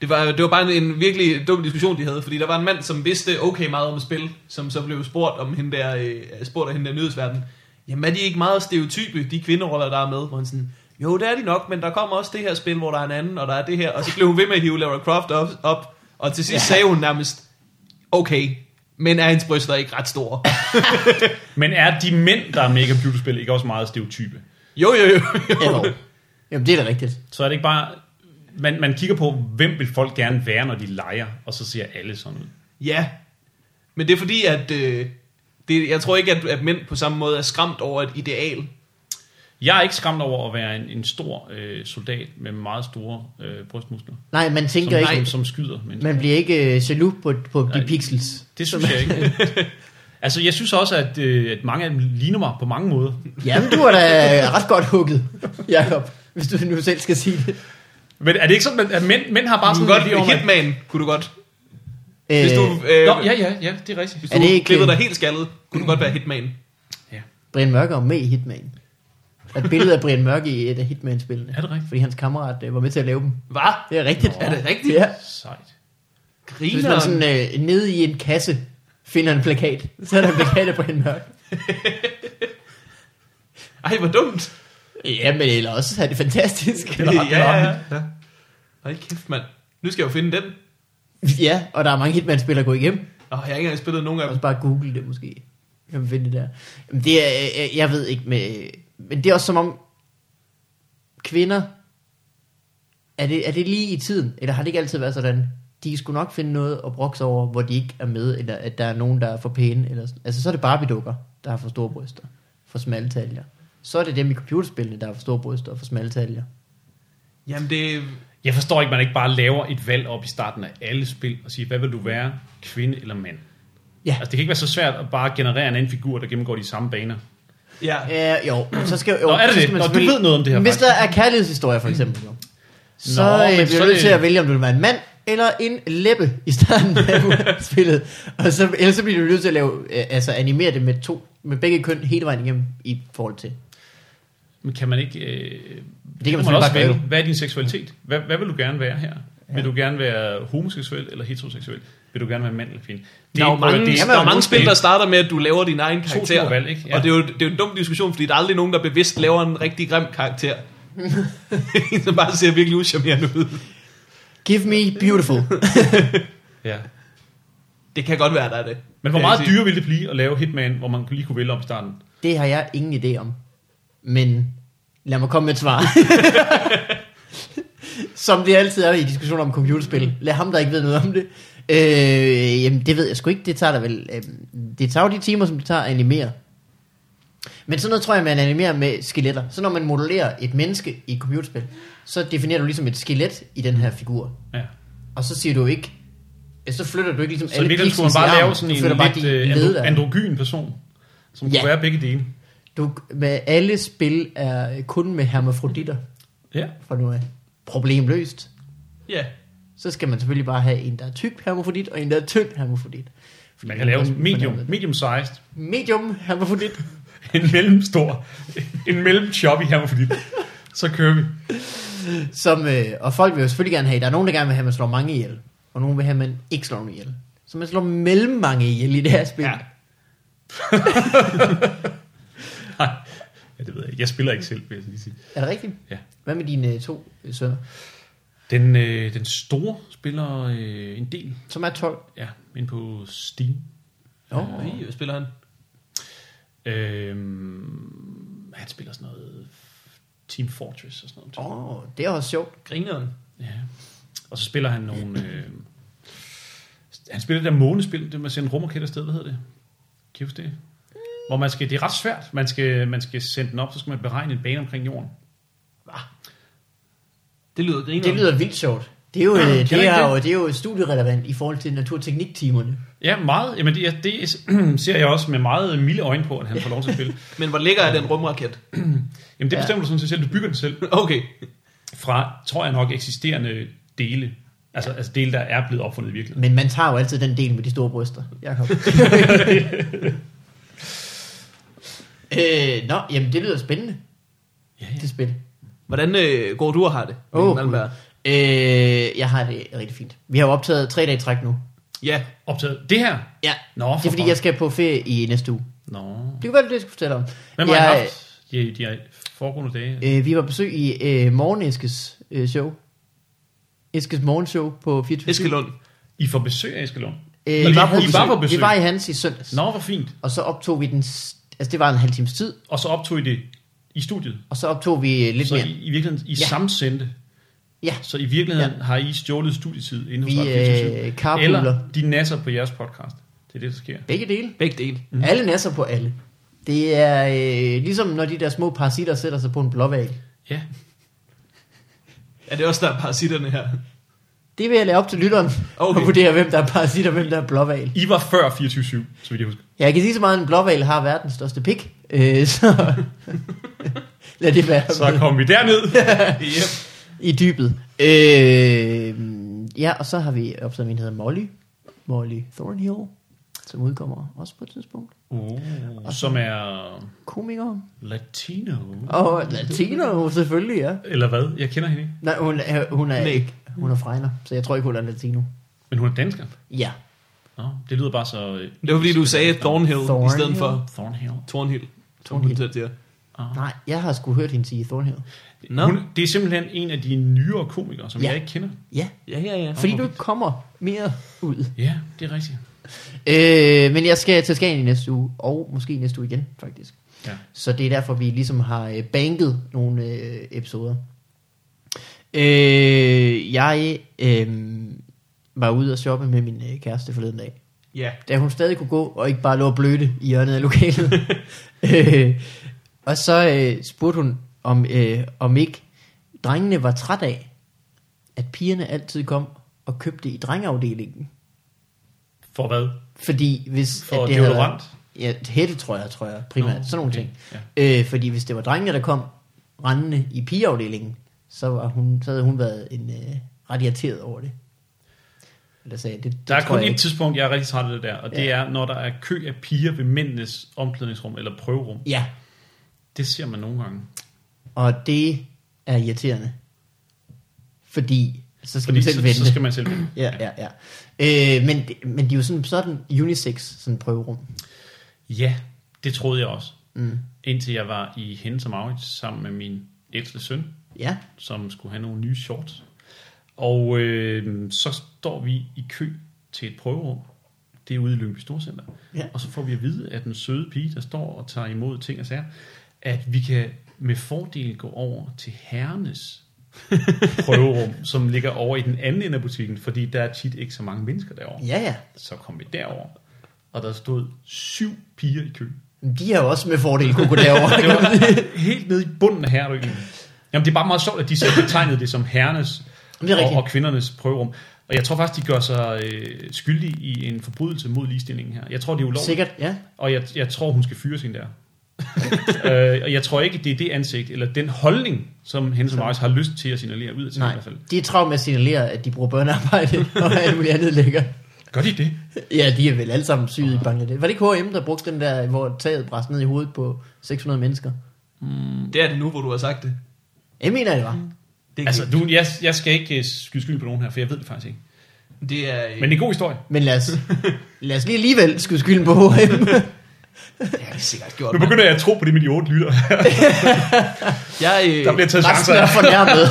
C: det, var, det var bare en, en virkelig dum diskussion, de havde. Fordi der var en mand, som vidste okay meget om spil, som så blev spurgt, om hende der, øh, spurgt af hende der nyhedsverden. Jamen er de ikke meget stereotype, de kvinderoller, der er med? Hvor han sådan, jo, det er de nok, men der kommer også det her spil, hvor der er en anden, og der er det her. Og så blev hun ved med at hive Lara Croft op, op og til sidst ja. sagde hun nærmest, okay, men er hendes bryster ikke ret store?
B: Men er de mænd, der er med i computerspil, ikke også meget stereotype?
C: Jo, jo, jo.
A: Ja,
C: jo.
A: dog. Jamen, det er da rigtigt.
B: Så er det ikke bare... Man, man kigger på, hvem vil folk gerne være, når de leger, og så ser alle sådan ud.
C: Ja, men det er fordi, at øh, det, jeg tror ikke, at, at mænd på samme måde er skræmt over et ideal.
B: Jeg er ikke skræmt over at være en, en stor øh, soldat med meget store øh, brystmuskler,
A: Nej, man
B: som,
A: tænker
B: som,
A: ikke...
B: som skyder. Men
A: Man bliver ikke øh, jaloux på, på de
B: Nej.
A: pixels.
B: det synes jeg ikke. *laughs* Altså, jeg synes også, at, øh, at mange af dem ligner mig på mange måder.
A: Jamen, du er da ret godt hugget, Jakob. Hvis du nu selv skal sige det.
B: Men er det ikke sådan, at- at mænd, mænd har bare
C: Du
B: sådan... en
C: kunne
B: idé om,
C: godt,
B: at-
C: Hitman kunne du godt.
A: Øh,
C: Hvis du, øh,
B: Nå, ja, ja, ja, det er rigtigt.
C: hvis
A: Er
C: du
A: det ikke-
C: klippede dig helt skaldet, kunne du godt være Hitman.
A: Brian Mørke var med i Hitman. Der er et billede af Brian Mørke i et af Hitman-spillene.
B: Er det rigtigt?
A: Fordi hans kammerat øh, var med til at lave dem.
C: Hvad?
A: Det er rigtigt.
C: Er det rigtigt?
A: Ja.
B: Sejt.
A: Hvis man sådan
C: Griner.
A: øh, nede i en kasse finder en plakat, så er der en plakat af Brian Mørk.
C: Ej, hvor dumt.
A: Jamen, eller også er det fantastisk.
B: Eller ret, eller
C: ja,
B: ret.
C: ja, ja. Hold kæft, mand. Nu skal jeg jo finde den.
A: ja, og der er mange Hitman-spillere gå igennem.
C: Åh, jeg har ikke engang spillet nogen af dem.
A: Også bare google det måske. Kan man finde det der. Jamen, det er, øh, øh, jeg ved ikke, med, men det er også som om kvinder, er det, er det lige i tiden, eller har det ikke altid været sådan? De skulle nok finde noget at brokse over, hvor de ikke er med, eller at der er nogen, der er for pæne. Eller sådan. Altså, så er det Barbie-dukker, der har for store bryster, for smalle taljer. Så er det dem i computerspillene, der har for store bryster og for smalle taljer.
C: Jamen, det,
B: Jeg forstår ikke, man ikke bare laver et valg op i starten af alle spil og siger, hvad vil du være, kvinde eller mand?
A: Ja.
B: Altså, det kan ikke være så svært at bare generere en anden figur, der gennemgår de samme baner.
C: ja.
A: Ja, Øh, jo, så skal jo...
B: Nå, er det
A: så skal
B: det?
A: man
B: Nå, du
A: selvfølgelig-
B: ved noget om det her,
A: Hvis der
B: faktisk.
A: er kærlighedshistorie, for eksempel, jo, så
B: Nå,
A: Nå,
B: men
A: øh, bliver
B: så
A: du
B: er
A: nødt
B: det-
A: til at vælge, om du vil være en mand eller en læbe i starten
B: *laughs*
A: af spillet. Og så, ellers så bliver du nødt til at lave, øh, altså animere det med to med begge køn hele vejen igennem i forhold til.
B: Men kan man ikke... Øh,
A: man
B: det kan man
A: selvfølgelig
B: også
A: bare
B: vælge.
A: gøre.
B: Hvad er din seksualitet? Hvad, hvad vil du gerne være her? Ja. Vil du gerne være homoseksuel eller heteroseksuel? Vil du gerne være mand eller kvinde? Det
C: Der er jo mange,
B: det
C: det,
A: er
C: der er
A: mange
C: mange spil,
B: spil.
C: der starter med, at du laver din egen karakter.
B: små valg, ikke? Ja.
C: Og det er, jo, det er jo en dum diskussion, fordi der er aldrig nogen, der bevidst laver en rigtig grim *laughs* karakter. en, som bare ser virkelig uschammerende ud.
A: Give me beautiful.
B: Ja.
C: Det kan godt være, der er det.
B: Men hvor
C: Kan jeg
B: meget
C: ikke sige.
B: dyre ville det blive at lave Hitman, hvor man lige kunne vælge om i starten?
A: Det har jeg ingen idé om. Men lad mig komme med et svar.
B: *laughs*
A: Som det altid er i diskussioner om computerspil. Lad ham, der ikke ved noget om det. Øh, jamen, det ved jeg sgu ikke. Det tager da vel... Øh, det tager jo de timer, som det tager at animere. Men sådan noget tror jeg, man animerer med skeletter. Så når man modellerer et menneske i et computerspil, så definerer du ligesom et skelet i den her figur.
B: Ja.
A: Og så siger du ikke... Så flytter du ikke ligesom
B: Så i virkeligheden skulle man
A: pixels i armen.
B: bare lave
A: Du
B: sådan en øh,
A: flytter bare
B: lidt
A: de
B: øh,
A: led
B: andro-
A: af.
B: androgyn person, som
A: Ja.
B: kunne være begge dele.
A: Du, med alle spil er kun med hermafroditter
B: Ja.
A: fra nu af. Problemløst.
C: Ja.
A: Så skal man selvfølgelig bare have en, der er tyk hermafrodit, og en, der er tynd hermafrodit. Fordi
B: Man kan lave
A: hvordan-
B: medium,
A: hvordan-
B: medium sized,
A: Medium hermafrodit.
B: en mellemstor, en mellem choppy hermafrodit. Så kører vi.
A: Som, øh, og folk vil jo selvfølgelig gerne have, der er nogen, der gerne vil have, at man slår mange ihjel, og nogen vil have, at man ikke slår nogen ihjel. Så man slår mellem mange ihjel i det her spil.
B: Ja. Nej, ja, det ved jeg ikke. Jeg spiller ikke selv, vil jeg så lige sige.
A: Er det rigtigt?
B: Ja.
A: Hvad med dine øh, to øh, sønner,
B: Den, øh, den store spiller øh, en del
A: som er 12?
B: ja, ind på Steam.
A: Nå.
C: Hvad spiller han?
B: Øh, Øhm, han spiller sådan noget Team Fortress og sådan noget.
A: Åh, oh, det er også sjovt.
C: Grineren.
B: Ja. Og så spiller han nogle... Øh, han spiller det der månespil, det man sender en rumraket afsted, hvad hedder det? Kan I huske det? Hvor man skal, det er ret svært. Man skal, man skal sende den op, så skal man beregne en bane omkring jorden.
C: Det lyder grineren.
A: Det lyder vildt sjovt. Det er jo, øh, det
B: Kender I
A: er
B: det?
A: jo, det er jo studierelevant i forhold til naturtekniktimerne.
B: Ja, meget. Jamen det, er- det er- *clears throat* ser jeg også med meget milde øjne på, at han får lov til at spille.
C: Men hvor lækker er den rumraket?
B: Jamen det
A: Ja.
B: bestemmer du sådan set selv. Du bygger den selv
C: Okay.
B: fra, tror jeg nok, eksisterende dele. Altså, altså dele, der er blevet opfundet i virkeligheden.
A: Men man tager jo altid den del med de store bryster, *laughs* Jacob. øh, nå, jamen det lyder spændende,
B: Ja,
A: det spil.
C: Hvordan øh, går du og har det?
A: Åh,
C: Mikkel Malmberg?
A: Øh, jeg har det rigtig fint. Vi har jo optaget tre dage i træk nu.
C: Ja.
B: Optaget. Det her?
A: Ja,
B: Nå,
A: det er fordi,
B: for-
A: jeg skal på ferie i næste uge.
B: Nå.
A: Det kunne være, det er det jeg skulle fortælle om.
B: Hvem har
A: jeg,
B: I haft de, de foregående dage?
A: øh, vi var på besøg i øh, morgen Eskes øh, show. Eskes morgenshow på 24.
C: Eskelund.
B: I får besøg af Eskelund.
A: Øh,
B: I var på
A: havde-
B: besøg. I var på besøg.
A: Vi var i hans i søndags.
B: Nå, hvor fint.
A: Og så optog vi den... s- Altså, det var en halv times tid.
B: Og så optog I det i studiet.
A: Og så optog vi øh, lidt
B: Så
A: mere.
B: I, i virkeligheden, I
A: Ja.
B: ja. samsendte.
A: Ja.
B: Så i virkeligheden ja. har I stjålet studietid inden
A: Vi,
B: for
A: øh, carpooler.
B: Eller de nasser på jeres podcast. Det er det, der sker.
A: Begge dele.
C: Begge dele.
A: Mm. Alle nasser på alle. Det er øh, ligesom, når de der små parasitter sætter sig på en blåval.
B: Ja.
C: Er det også der er parasitterne her?
A: Det vil jeg lade op til lytteren okay.
C: Okay.
A: og vurdere, hvem der er parasit og hvem der er blåval.
B: I var før 24-7, så vidt jeg husker.
A: Ja, Jeg kan sige så meget, at en blåval har verdens største pik. Øh, *laughs* så lad det være
B: Så kom
A: *laughs*
B: vi derned.
C: yep.
A: i dybet. Øh, ja, og så har vi optaget en, der hedder Molly. Molly Thornhill, som udkommer også på et tidspunkt.
B: Uh, som er
A: Komiker.
B: latino.
A: Og latino selvfølgelig, ja.
B: Eller hvad? Jeg kender hende ikke.
A: Nej, hun er, hun er
C: Nej.
A: ikke. Hun er fregner, så jeg tror ikke, hun er latino.
B: Men hun er dansker.
A: Ja.
B: Nå, det lyder bare så... øh,
C: Det var fordi, du sagde Thornhill, Thornhill. i stedet for
B: Thornhill.
C: Thornhill.
A: Thornhill.
C: Thornhill. Ja.
A: Nej, jeg har sgu hørt hende sige Thornhill.
C: Nå.
B: Hun, det er simpelthen en af de nyere komikere, som
A: Ja.
B: ja. jeg ikke kender.
A: Ja,
C: Ja, ja, ja.
A: fordi du ikke kommer mere ud.
B: Ja, det er rigtigt.
A: Øh, men jeg skal til Skagen i næste uge, og måske i næste uge igen, faktisk.
B: Ja.
A: Så det er derfor, vi ligesom har øh, banket nogle øh, episoder. Øh, jeg øh, var ude og shoppe med min øh, kæreste forleden dag,
C: Ja.
A: da hun stadig kunne gå, og ikke bare lå og blødte i hjørnet af
B: *laughs*
A: lokalet. øh, og så øh, spurgte hun, om, øh, om ikke drengene var træt af, at pigerne altid kom og købte i drengeafdelingen.
B: For hvad?
A: Fordi hvis...
B: For
A: havde
B: deodorant?
A: været- Ja, hættetrøjer, tror jeg, primært.
B: Nå,
A: sådan nogle
B: okay,
A: ting. Ja. Øh, fordi hvis det var drengene, der kom rendende i pigeafdelingen, så, var hun, så havde hun været en, øh, ret irriteret over det. Eller sagde, det, det
B: Der er
A: tror
B: kun
A: jeg
B: et
A: ikke.
B: tidspunkt, jeg er rigtig træt af det der, og det
A: Ja.
B: er, når der er kø af piger ved mændenes omklædningsrum eller prøverum.
A: Ja,
B: Det ser man nogle gange.
A: og det er irriterende. Fordi så skal
B: Fordi
A: man selv
B: så,
A: vente.
B: så skal man selv vente.
A: Ja, ja, ja. Øh, men, det- men de er jo sådan, sådan unisex, sådan et prøverum.
B: ja, det troede jeg også.
A: Mm.
B: Indtil jeg var i Hennes og Maurits sammen med min ældste søn,
A: Ja,
B: som skulle have nogle nye shorts. Og øh, så står vi i kø til et prøverum. Det er ude i Lyngby Storcenter.
A: Ja.
B: Og så får vi at vide, at den søde pige, der står og tager imod ting og sager, at vi kan med fordel gå over til
A: *laughs*
B: herrenes prøverum, som ligger over i den anden ende af butikken, fordi der er tit ikke så mange mennesker derovre.
A: ja, ja.
B: Så kom vi derover, og der stod syv piger i kø.
A: Men De har jo også med fordel
B: *laughs*
A: kunne gå derover.
B: Det var helt nede i bunden af herreøen. Jamen, det er bare meget sjovt, at de selv betegnede det som herrenes
A: Det er rigtigt.
B: og, og kvindernes prøverum. Og jeg tror faktisk, de gør sig øh, skyldige i en forbrydelse mod ligestillingen her. Jeg tror, det er ulovligt.
A: Sikkert, ja.
B: Og jeg, jeg tror, hun skal fyres hende der. *laughs* øh, og jeg tror ikke, det er det ansigt, eller den holdning, som Henson Mars har lyst til at signalere ud af til i
A: Nej,
B: hvert fald.
A: de er travlt med at signalere, at de bruger
B: *laughs*
A: børnearbejde og alt muligt andet lækker.
B: Gør de det?
A: Ja, de er vel alle sammen syge i Bangladesh. Var det ikke H&M, der brugte den der, hvor taget brændte ned i hovedet på 600 mennesker?
C: Mm, det er det nu, hvor du har sagt det.
A: Jeg mener, det var.
C: Det,
B: Altså, du, jeg, jeg skal ikke øh, skyde skyld på nogen her, for jeg ved det faktisk ikke.
C: det er... øh,
B: Men det er en god historie.
A: Men lad os,
B: *laughs*
A: lad os lige alligevel skyde skylden på H&M.
C: det har de sikkert gjort.
B: Nu
C: mand.
B: begynder jeg at tro på det med de otte lytter. *laughs*
C: Jeg, øh,
B: Der bliver taget chancer.
A: Resten er *laughs* fornærmet.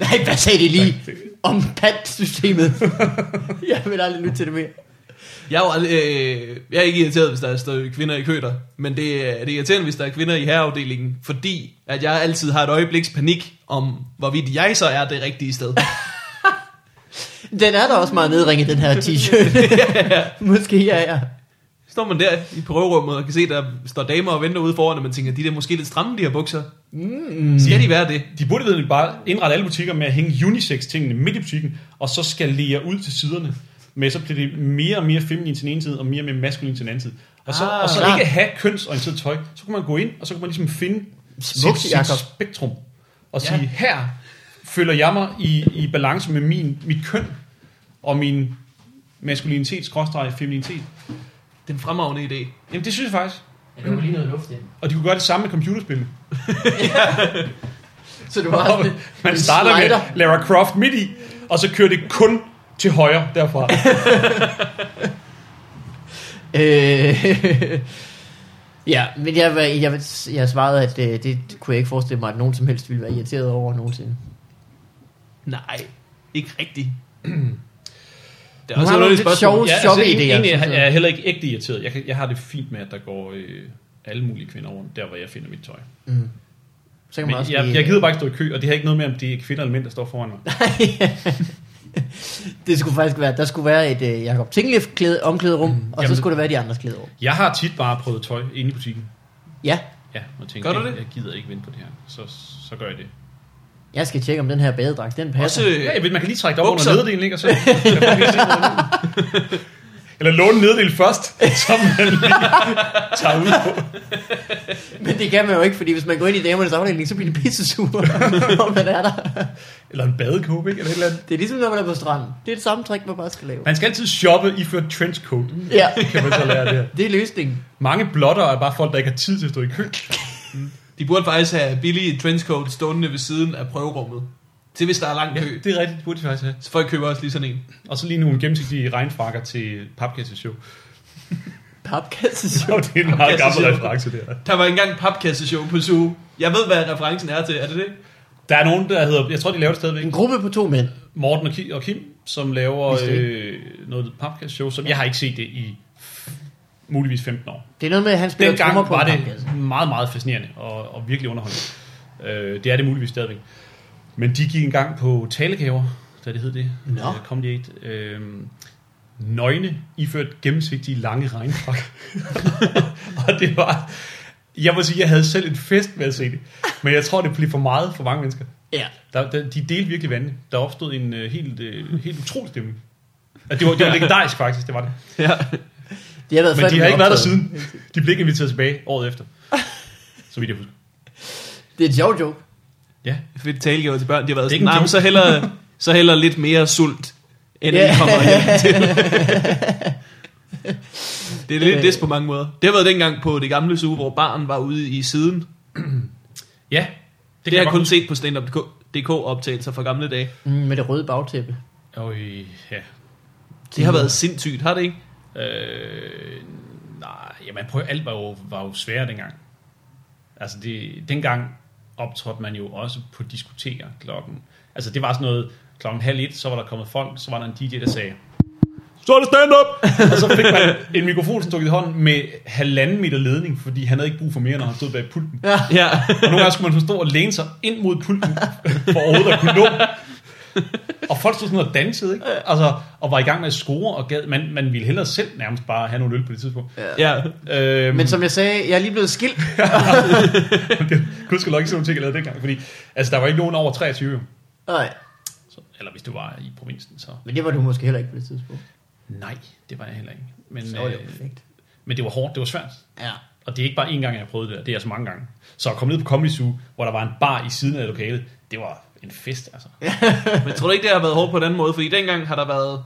A: Nej, hvad sagde de lige om pantsystemet? *laughs* Jeg vil aldrig lytte til det mere.
C: Jeg er, jo aldrig, øh, jeg er ikke irriteret, hvis der står kvinder i kø der, men det, øh, er- det er irriterende, hvis der er kvinder i herreafdelingen, fordi at jeg altid har et øjebliks panik om, hvorvidt jeg så er det rigtige sted.
A: Den er der også meget nedringet, den her *laughs* t-shirt. Måske jeg er.
C: Står man der i prøverummet og kan se, der står damer og venter ude foran, og man tænker, de er måske lidt stramme, de her bukser. Mm. Skal de være det?
B: De burde egentlig bare indrette alle butikker med at hænge unisex-tingene midt i butikken, og så skalere ud til siderne. Men så bliver det mere og mere feminin til den ene side, og mere og mere maskulin til den anden side. Og så,
C: Ah,
B: og så
A: klart.
B: ikke have kønsorienteret tøj. Så kunne man gå ind, og så kunne man ligesom finde
A: Smukt,
B: sit,
A: Jakob.
B: sit spektrum. Og
C: Ja.
B: sige, her føler jeg mig i, i balance med min, mit køn, og min maskulinitet, skråstreg, feminitet.
C: Den fremragende idé.
B: Jamen det synes jeg faktisk.
A: Jeg lukker lige noget luft ind.
B: Og de kunne gøre det samme med computerspil.
A: Så du har sådan en-
B: Man
A: en
B: starter
A: slider.
B: med Lara Croft midt i, og så kører det kun til højre
C: *laughs*
B: derfra.
A: Øh, *laughs* ja, men jeg, jeg, jeg, jeg svarede, at øh, det kunne jeg ikke forestille mig, at nogen som helst ville være irriteret over nogensinde.
C: Nej, ikke rigtigt. Det er
A: Nu
C: også
A: har
C: et
A: du
C: underligt
A: lidt sjove
C: spørgsmål.
A: Ja,
C: Ja.
A: shoppe
B: egentlig-
A: idéer,
B: altså, egentlig er
A: synes jeg.
B: jeg er heller ikke ægte irriteret. Jeg, kan, jeg har det fint med, at der går øh, alle mulige kvinder rundt, der hvor jeg finder mit tøj.
A: Mm. Så kan man
B: Men
A: også
B: jeg,
A: blive-
B: jeg gider bare ikke stå i kø, og det har ikke noget med, om det er kvinder eller mænd, der står foran mig.
A: *laughs* det skulle faktisk være, der skulle være et øh, Jakob Tinglef klæde, omklæderum, mm. og så
B: Mhm. Jamen-
A: skulle der være de andres klæderum.
B: Jeg har tit bare prøvet tøj inde i butikken.
A: Ja,
B: Ja, og tænkt,
C: Gør du
B: "Hey,
C: det?
B: Jeg gider ikke vente på det her. Så, så gør jeg det.
A: jeg skal tjekke, om den her badedragt, den passer.
C: Også,
A: Også,
C: øh,
B: Ja, jeg ved, man kan lige trække det op
C: Bukser.
B: under neddelen, ikke? Og så,
A: *laughs*
B: eller låne neddelen først, *laughs* som man lige tager ud på.
A: men det kan man jo ikke, fordi hvis man går ind i damernes afdeling, så bliver de pisse
B: *laughs*
A: sure, om man er der.
B: Eller en badekåbe, ikke? Eller et eller andet.
A: Det er ligesom, når man er på stranden. Det er det samme trick, man bare skal lave.
B: Man skal altid shoppe i ført trenchcoat,
A: Ja,
B: kan man så lære det her.
A: det er løsningen.
B: Mange blotter er bare folk, der ikke har tid til at stå i kø.
C: De burde faktisk have billige trenchcoats stående ved siden af prøverummet. Til hvis der er lang
B: Ja,
C: kø.
B: det er rigtigt, det burde de faktisk have.
C: Så folk køber også lige sådan en.
B: Og så lige nogle gennemsigtige regnfrakker til *laughs* papkasseshow.
A: Papkasse
B: Jo, det er en meget gammel
C: Papkasseshow.
B: reference der.
C: Der var engang papkasseshow på Zoo. Jeg ved, hvad referencen er til. Er det det?
B: Der er nogen, der hedder, jeg tror de laver det stadigvæk,
A: En gruppe på to mænd.
B: Morten og Ki- og Kim, som laver
A: Vidste ikke.
B: øh, noget papkasseshow, som jeg har ikke set det i muligvis 15 år.
A: Det er noget med, at han spiller
B: Dengang
A: trommer på
B: var
A: en
B: det
A: papkasse.
B: meget, meget fascinerende og, og virkelig underholdende. Øh, det er det muligvis stadigvæk. Men de gik engang på talegaver, da det hed det.
A: Nå.
B: Øh, Kom de et. Øh, nøgne, iført gennemsigtige lange regnfrakker. *laughs* og det var... Jeg må sige, jeg havde selv en fest med at se det. Men jeg tror, det blev for meget for mange mennesker.
A: Ja.
B: Der, der, de delte virkelig vandet. Der opstod en øh, helt, øh, helt utrolig stemning. Og det var,
A: *laughs*
B: det var legendarisk faktisk, det var det.
C: Ja. *laughs*
A: De har været
B: Men de
A: fandme
B: har ikke været der
A: optaget.
B: siden. De blev ikke inviteret tilbage året
C: *laughs*
B: efter. Så vidt jeg husker.
A: Det er en sjov joke.
B: Ja.
C: Fedt talegaver til børn. De har været
B: Det er ikke
C: sådan,
B: en
C: "Nej, men
B: joke."
C: så heller, så heller lidt mere sult, end
A: Ja.
C: yeah. I kommer hjem
B: *laughs*
C: til. Det
B: Øh.
C: er lidt des på mange måder. Det har været dengang på det gamle Zoo, hvor barn var ude i siden. Det,
B: Ja.
C: det har jeg kun
B: godt
C: set på standup.dk optagelser fra gamle dage.
A: Mm, med det røde bagtæppe.
B: huske. Øj, ja.
C: Det har været sindssygt, har det ikke? *laughs*
B: Øh, nej, jamen prøv, alt var jo, var jo sværere dengang. Altså, det, dengang optrådte man jo også på diskoteker klokken. Altså, det var sådan noget, klokken halv et, så var der kommet folk, så var der en DJ, der sagde, så er det stand-up! og så fik man en mikrofon stukket i hånden med halvanden meter ledning, fordi han havde ikke brug for mere, når han stod bag pulten.
C: Ja.
B: Og nogle gange skulle man så stå og læne sig ind mod pulten, for overhovedet at kunne nå. Og folk stod sådan og dansede, ikke? Altså, og var i gang med at score, og gad. Man, man ville hellere selv nærmest bare have nogle øl på det tidspunkt.
C: ja.
B: Øhm,
A: Men som jeg sagde, jeg er lige blevet skilt.
B: *laughs* det kunne sgu nok ikke sådan nogle ting, jeg lavede dengang, fordi altså, der var ikke nogen over 23, jo.
A: Nej,
B: så, eller hvis du var i provinsen, så
A: men det var du måske heller ikke på det tidspunkt.
B: nej, det var jeg heller ikke. Men,
A: Så var det jo
B: øh,
A: perfekt.
B: men det var hårdt, det var svært.
A: Ja.
B: Og det er ikke bare én gang, jeg har prøvet det der. Det er altså mange gange. Så at komme ned på Comedy Zoo, hvor der var en bar i siden af lokalet, det var en fest, altså.
C: Men tror du ikke, det har været hårdt på den måde? Fordi dengang har der været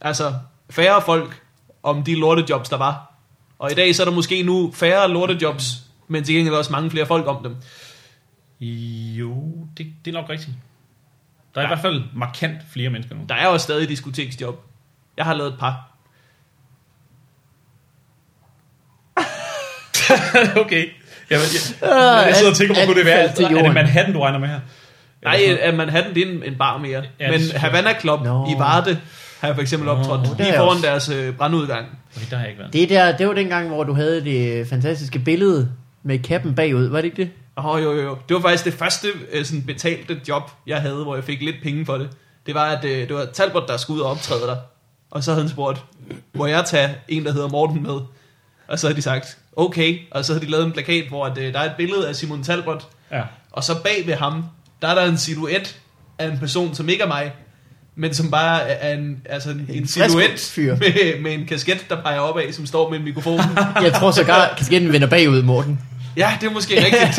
C: altså, færre folk om de lortejobs, der var. Og i dag så er der måske nu færre lortejobs, men til gengæld også mange flere folk om dem.
B: Jo, det, det er nok rigtigt. Der er ja. i hvert fald markant flere mennesker nu.
C: Der er jo stadig diskoteksjob. Jeg har lavet et par.
B: *laughs* okay. Jamen, jeg, jeg, jeg sidder og tænker, hvor
A: Ah, Alt-
B: kunne det være?
A: alt til
B: Er det
A: jorden.
B: Manhattan, du regner med her? Eller
C: Nej,
B: sådan
C: at Manhattan det er en, en bar mere.
B: Ja,
C: Ja,
B: det
C: men
B: synes jeg.
C: Havana Club
A: Nå.
C: no. i Varde har for eksempel optrådt
A: det er
C: lige
A: jeg
C: foran
A: også.
C: deres øh, brandudgang.
B: noget? Okay, der har jeg ikke været.
A: Det, der, det var dengang, hvor du havde det fantastiske billede med kappen bagud, var det ikke det?
C: Åh, oh, jo, jo, jo. Det var faktisk det første øh, sådan betalte job, jeg havde, hvor jeg fik lidt penge for det. Det var, at øh, det var Talbot, der skulle ud og optræde der. Og så havde han spurgt, må jeg tage en, der hedder Morten med? Og så havde de sagt, okay. Og så havde de lavet en plakat, hvor at, øh, der er et billede af Simon Talbot.
B: Ja.
C: Og så bag ved ham, der er der en silhuet af en person, som ikke er mig. Men som bare er er en, altså en, en
A: frisk
C: silhuet
A: fyr.
C: med, med en kasket, der peger opad, som står med en mikrofon.
A: Jeg tror sågar, *laughs* kasketten vender bagud, Morten.
C: ja, det er måske rigtigt.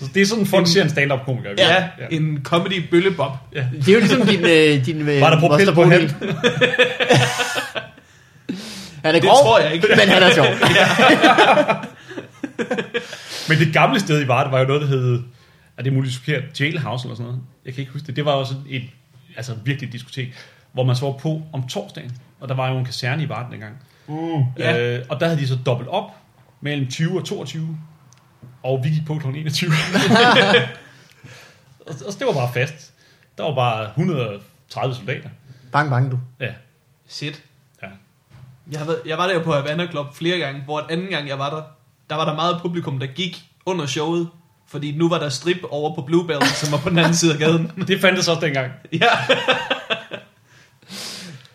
B: Så det er sådan, folk ser en stand-up-komiker. ikke?
C: Ja, ja. en comedy bøllebop.
A: Det er jo ligesom din... Øh, din øh,
B: Var der propel på
A: Vosterbro-del. *laughs* Han er
C: Det
A: grov,
C: tror jeg ikke.
A: men han er sjov.
B: Men det gamle sted i Varde var jo noget, der hed... Er det muligt suppleret? Jailhouse eller sådan noget? Jeg kan ikke huske det. Det var også et altså virkelig et diskotek, hvor man så var på om torsdagen. Og der var jo en kaserne i Varde dengang. Mm,
C: ja.
B: øh, og der havde de så dobbelt op mellem 20 og 22. Og vi gik på kl. *laughs* 21. og, og det var bare fast. Der var bare 130 soldater.
A: Bang, bang, du.
B: Ja.
C: Shit.
B: Ja.
C: Jeg, har været, jeg var der jo på Havana Club flere gange, hvor et anden gang jeg var der, der var der meget publikum, der gik under showet, fordi nu var der strip over på Bluebell, som var på den anden side af gaden.
B: Det fandtes også dengang.
C: Ja.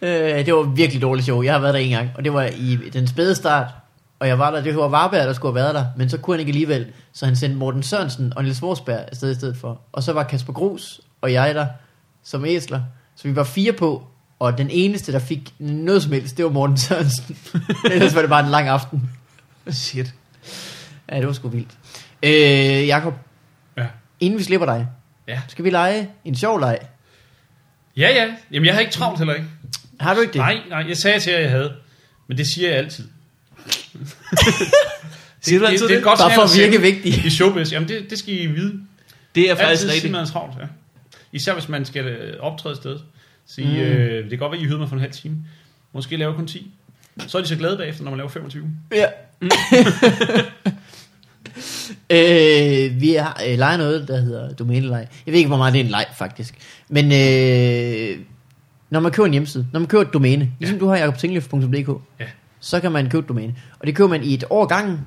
A: Øh, det var virkelig dårligt show. Jeg har været der en gang, og det var i den spæde start. Og jeg var der, det var Varberg, der skulle have været der, men så kunne han ikke alligevel. Så han sendte Morten Sørensen og Niels Vorsberg afsted i stedet for. Og så var Kasper Grus og jeg der som æsler. Så vi var fire på, og den eneste, der fik noget som helst, det var Morten Sørensen. Ellers var det bare en lang aften.
C: Shit.
A: Ja, det var sgu vildt. Øh, Jakob,
B: Ja.
A: inden vi slipper dig,
B: Ja.
A: skal vi lege en sjov leg?
B: Ja, ja. Jamen, jeg havde ikke travlt heller ikke.
A: Har du ikke det?
B: Nej, nej, jeg sagde til jer, jeg havde. Men det siger jeg altid.
C: Siger du
B: det,
C: altid
B: det, er
C: det?
B: godt
A: Bare for at
B: signal
A: virke
B: sende
A: vigtig.
B: I showbiz. Jamen, det, det skal I vide.
C: Det er faktisk
B: Altid sige,
C: rigtigt.
B: man er travlt, ja. Især hvis man skal øh, optræde et sted. Sige, mm. øh, det kan godt være, I hyder mig for en halv time. Måske laver jeg kun 10. Så er de så glade bagefter, når man laver 25.
A: Ja. *laughs* øh, vi har øh, leger noget, der hedder domæneleg. Jeg ved ikke, hvor meget det er en leg, faktisk. Men øh, når man køber en hjemmeside, når man køber et domæne, ja. ligesom du har jakobtinglef.dk,
B: Ja.
A: så kan man købe et domæne. Og det køber man i et år gangen.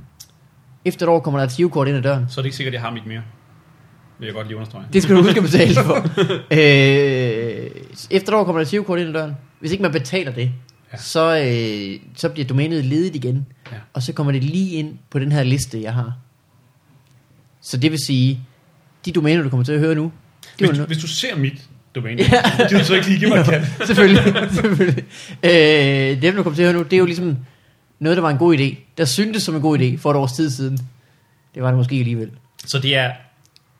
A: Efter et år kommer der et SIO-kort ind ad døren.
B: Så er det ikke sikkert, at jeg har mit mere. Vil jeg godt lige understrege.
A: Det skal du huske at betale
B: *laughs*
A: for. øh, efter et år kommer der et SIO-kort ind ad døren. Hvis ikke man betaler det,
B: Ja.
A: ja. så, øh, så bliver domænet ledigt igen.
B: Ja.
A: Ja. Og så kommer det lige ind på den her liste, jeg har. Så det vil sige, de domæner, du kommer til at høre nu, det
B: Hvis, du,
A: var
B: hvis du ser mit domæne, ja. gider du så ikke lige
A: *laughs*
B: give mig et kald.
A: no- selvfølgelig. selvfølgelig. Øh, dem, du kommer til at høre nu, det er jo ligesom noget, der var en god idé. Der syntes som en god idé for et års tid siden. Det var det måske alligevel.
B: Så det er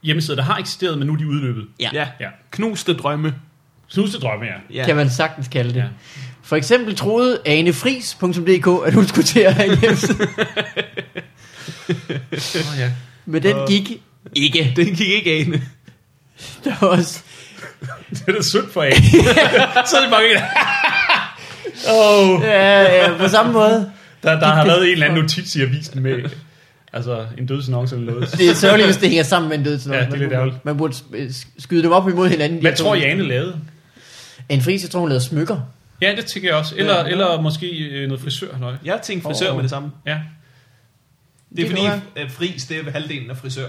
B: hjemmesider, der har eksisteret, men nu er de udløbet.
A: Ja.
C: Ja.
B: Ja.
C: Knuste drømme.
B: Knuste drømme, ja.
A: ja.
C: Ja.
A: kan man sagtens kalde det.
B: Ja.
A: Ja. For eksempel troede anefris.dk, at hun skulle til at have en
B: *laughs*
A: hjemmeside,
B: Oh, ja.
A: men den gik ikke.
C: Den gik ikke ane.
A: Der var også
B: Det er da synd
A: *laughs*
B: for en. så er det bare en. oh,
A: ja, ja, på samme måde.
B: der, der har været en eller anden notits i avisen med altså, en dødsannonce eller noget.
A: Det er sørgeligt, hvis det hænger sammen med en død.
B: Ja, det er lidt ærgerligt.
A: Man burde øh, skyde dem op imod hinanden.
B: Hvad tror Jane lavede?
A: En fris, jeg tror, hun lavede smykker.
B: Ja, det tænker jeg også. Eller, ja. eller måske øh, noget frisør. Nøj.
C: Jeg tænkte frisør
A: Åh.
C: med det samme.
B: Ja.
C: Det er
A: Det
C: fordi,
A: tror jeg.
C: at fris, det er halvdelen af frisør.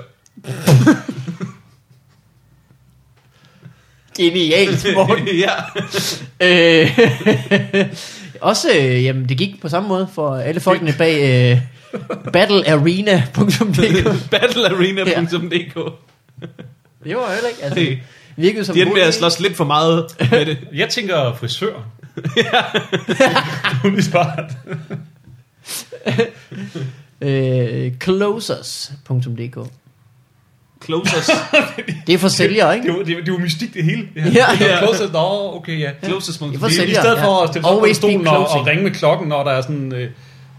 A: Genialt,
B: *laughs*
A: Morten.
C: *laughs* ja.
A: øh, *laughs* også, øh, jamen, det gik på samme måde for alle folkene bag øh,
B: *laughs*
A: battlearena.dk.
C: Battlearena.dk
A: Det var heller ikke, altså, virkede som
C: De
A: en god
C: endte med at
A: idé.
C: slås lidt for meget med det.
B: Jeg tænker *laughs* frisør. ja. Hun er smart.
A: Øh, closers.dk
C: Closers.
A: Det er for sælgere, ikke?
B: Det var, det, var- det var mystik det hele. Det her.
A: Ja.
B: Det var Closest, nå, okay, ja.
C: Closers.
A: Det
B: I,
A: For
B: I
A: sælger,
B: stedet for
A: ja.
B: at stille sig op på
A: Always be
B: stolen og, og
A: closing.
B: ringe med klokken, når der er sådan en øh,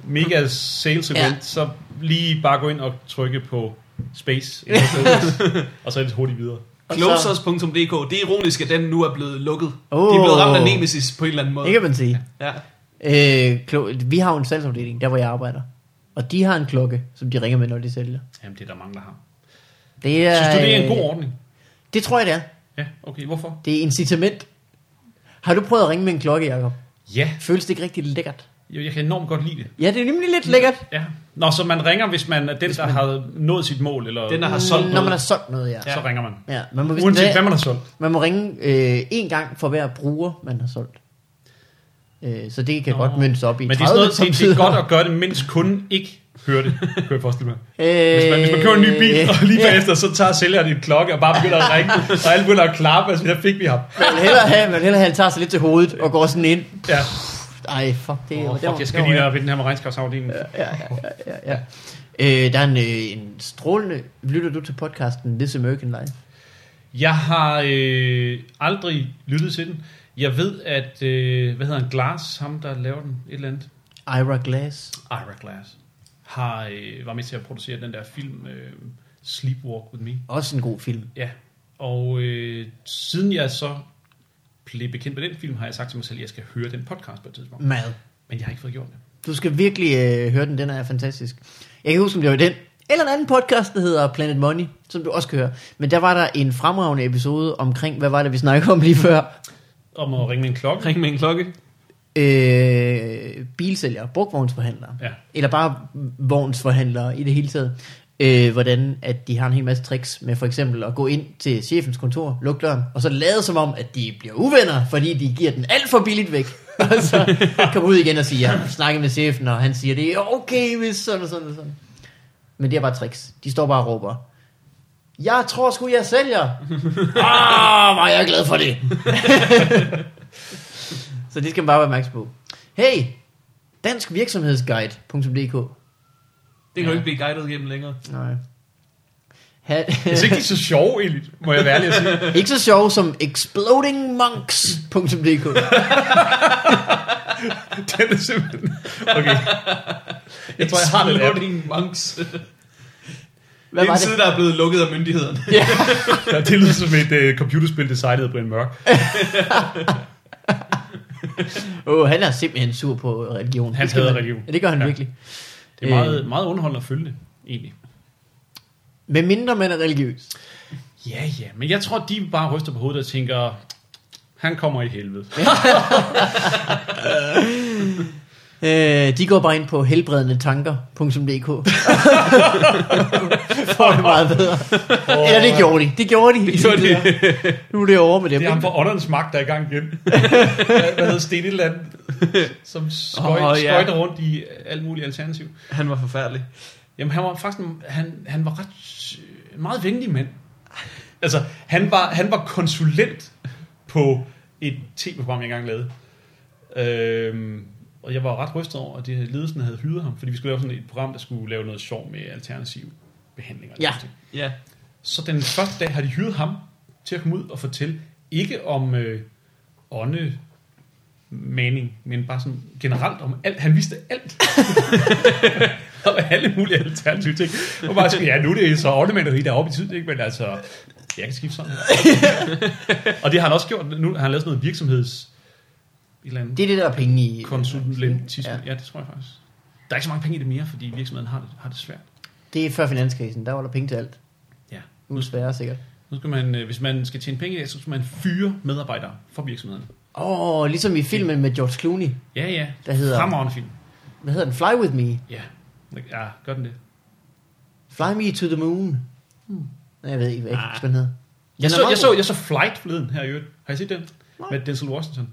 B: mega sales event,
A: Ja.
B: så lige bare gå ind og trykke på
A: *laughs*
B: space, eller closers, og så er det hurtigt videre.
A: Og så-
C: Closers.dk. Det er ironisk, at den nu er blevet lukket.
A: Åh.
C: De er blevet ramt af Nemesis på en eller anden måde.
A: Det kan man sige.
C: Ja.
A: Øh, klo- vi har jo en salgsafdeling, der hvor jeg arbejder. Og de har en klokke, som de ringer med, når de sælger.
B: Jamen, det er der mange, der har.
A: Det er,
B: Synes du, det er en
A: øh,
B: god ordning?
A: Det tror jeg, det er.
B: Ja, okay, hvorfor?
A: Det er incitament. Har du prøvet at ringe med en klokke, Jacob?
B: Ja,
A: Føles det ikke rigtig lækkert?
B: jeg, jeg kan enormt godt lide det.
A: Ja, det er nemlig lidt lækkert.
B: Ja. Nå, så man ringer, hvis man er den, der har nået sit mål, eller
C: Den, der har solgt
A: Mm, Når man
C: noget.
A: har solgt noget, ja.
B: så ringer man.
A: ja man, må vist,
B: Uanset hvad
A: man...
B: man har solgt.
A: man må ringe øh, en gang for hver bruger, man har solgt. Øh, så det kan
B: Nå.
A: godt møntes op i
B: Men det er,
A: 30
B: sådan noget, det, det er
A: samtidig.
B: godt at gøre det, mens kunden ikke hører det, kunne jeg forestille mig. Hvis man, hvis man køber en ny bil, og lige
A: Øh, ja,
B: bagefter, så tager sælgeren et klokke og bare begynder at ringe, og alle begynder at klappe, altså, der fik vi ham.
A: Man vil hellere have, man vil hellere have, at han tager sig lidt til hovedet og går sådan ind.
B: Ja.
A: Ej, fuck det.
B: Oh,
A: det var-
B: fuck, jeg skal
A: det var-
B: lige op i den her med regnskabsafdelingen.
A: Ja, ja, ja, ja, ja. Øh, der er en, øh, en strålende... Lytter du til podcasten This American Life?
B: Jeg har øh, aldrig lyttet til den. Jeg ved, at, øh, hvad hedder han, Glass, ham der laver den, et eller andet.
A: Ira Glass.
B: Ira Glass. Har, øh, var med til at producere den der film, øh, Sleepwalk With Me.
A: Også en god film.
B: Ja, og øh, siden jeg så blev bekendt med den film, har jeg sagt til mig selv, at jeg skal høre den podcast på et tidspunkt.
A: Mad.
B: Men jeg har ikke fået gjort det.
A: Du skal virkelig øh, høre den, den er fantastisk. Jeg kan huske, om det var i den. Eller en anden podcast, der hedder Planet Money, som du også kan høre. Men der var der en fremragende episode omkring, hvad var det, vi snakkede om lige før?
B: Om at ringe med en klokke.
C: Ring med en klokke.
A: Øh, bilsælgere, brugvognsforhandlere.
B: Ja.
A: Eller bare vognsforhandlere i det hele taget. Øh, hvordan at de har en hel masse tricks med for eksempel at gå ind til chefens kontor, lukke døren, og så lade som om, at de bliver uvenner, fordi de giver den alt for billigt væk. og så komme ud igen og sige, jeg snakker med chefen, og han siger, det er okay, hvis sådan og sådan og sådan. Men det er bare tricks. De står bare og råber, jeg tror sgu, jeg sælger. ah, var jeg glad for det. så det skal man bare være opmærksom på. Hey, danskvirksomhedsguide.dk
C: Det kan ja. jo ikke blive guidet igennem længere.
A: Nej. Ha-
B: Jeg
A: *laughs*
B: synes ikke, de er så sjove egentlig, må jeg være ærlig at sige.
A: ikke så sjov som explodingmonks.dk
B: Den er simpelthen... Okay. Jeg tror, jeg har den app.
C: Exploding Monks.
A: Hvad
C: det er
A: var
C: en
A: det?
C: side, der er blevet lukket af myndighederne.
B: Ja, det lyder som et uh, computerspil designet af Brian Mørk.
A: Åh, oh, han er simpelthen sur på religion.
B: Han
A: Det skal
B: hader
A: man-
B: religion.
A: Ja, det gør han
B: Ja.
A: ja. virkelig.
B: Det er meget, meget underholdende at følge det, egentlig.
A: Med mindre man er religiøs.
B: Ja, ja, men jeg tror, de bare ryster på hovedet og tænker, han kommer i helvede. *laughs*
A: Øh, de går bare ind på helbredende
B: *laughs*
A: tanker.dk Får det meget bedre. Eller det gjorde de. Det gjorde de. Det
B: gjorde de.
A: Nu er det over med dem.
B: Det er ham
A: ikke?
B: fra åndernes magt, der er i gang *laughs* igen. Hvad hvad hedder Steneland, som skøj,
C: Åh,
B: oh,
C: ja.
B: ja. skøjter rundt i alt muligt alternativ.
C: Han var forfærdelig.
B: Jamen, han var faktisk en- han, han var ret, øh, en meget venlig mand. Altså, han var, han var konsulent på et tv-program, jeg engang lavede. Øhm, og jeg var ret rystet over, at det, ledelsen havde hyret ham, fordi vi skulle lave sådan et program, der skulle lave noget sjov med alternativ behandling. og den
A: Ja.
B: ting.
C: Ja.
B: Så den første dag har de hyret ham til at komme ud og fortælle, ikke om øh, ånde mening, men bare sådan generelt om alt. Han vidste alt. *laughs* om alle mulige alternative ting. Og bare sådan, ja, nu er det så åndemænderi, der er oppe i tiden, ikke? men altså, jeg kan skifte sådan. og det har han også gjort. Nu har han lavet sådan noget virksomheds... Et eller andet
A: Det er det, der er penge i.
B: konsulentisme.
A: Ja.
B: Ja. ja, det tror jeg faktisk. Der er ikke så mange penge i det mere, fordi virksomheden har det, har det svært.
A: Det er før finanskrisen. Der var der penge til alt.
B: Ja.
A: Nu er det sværere sikkert.
B: Nu skal man, øh, hvis man skal tjene penge i dag, så skal man fyre medarbejdere for virksomheden.
A: Åh, oh, ligesom i filmen med George Clooney.
B: Ja, ja.
A: Der hedder-
B: Fremragende film.
A: Hvad hedder den? Fly With Me.
B: Ja. Ja, gør den det.
A: Fly Me To The Moon. Hmm. Nej, jeg ved ikke, hvad
B: Ah.
A: ah. den hedder.
B: Jeg
A: er
B: så,
A: meget
B: jeg,
A: god.
B: så, jeg så Flight forleden her i øvrigt. Har I set den?
A: Nej.
B: Med Denzel Washington.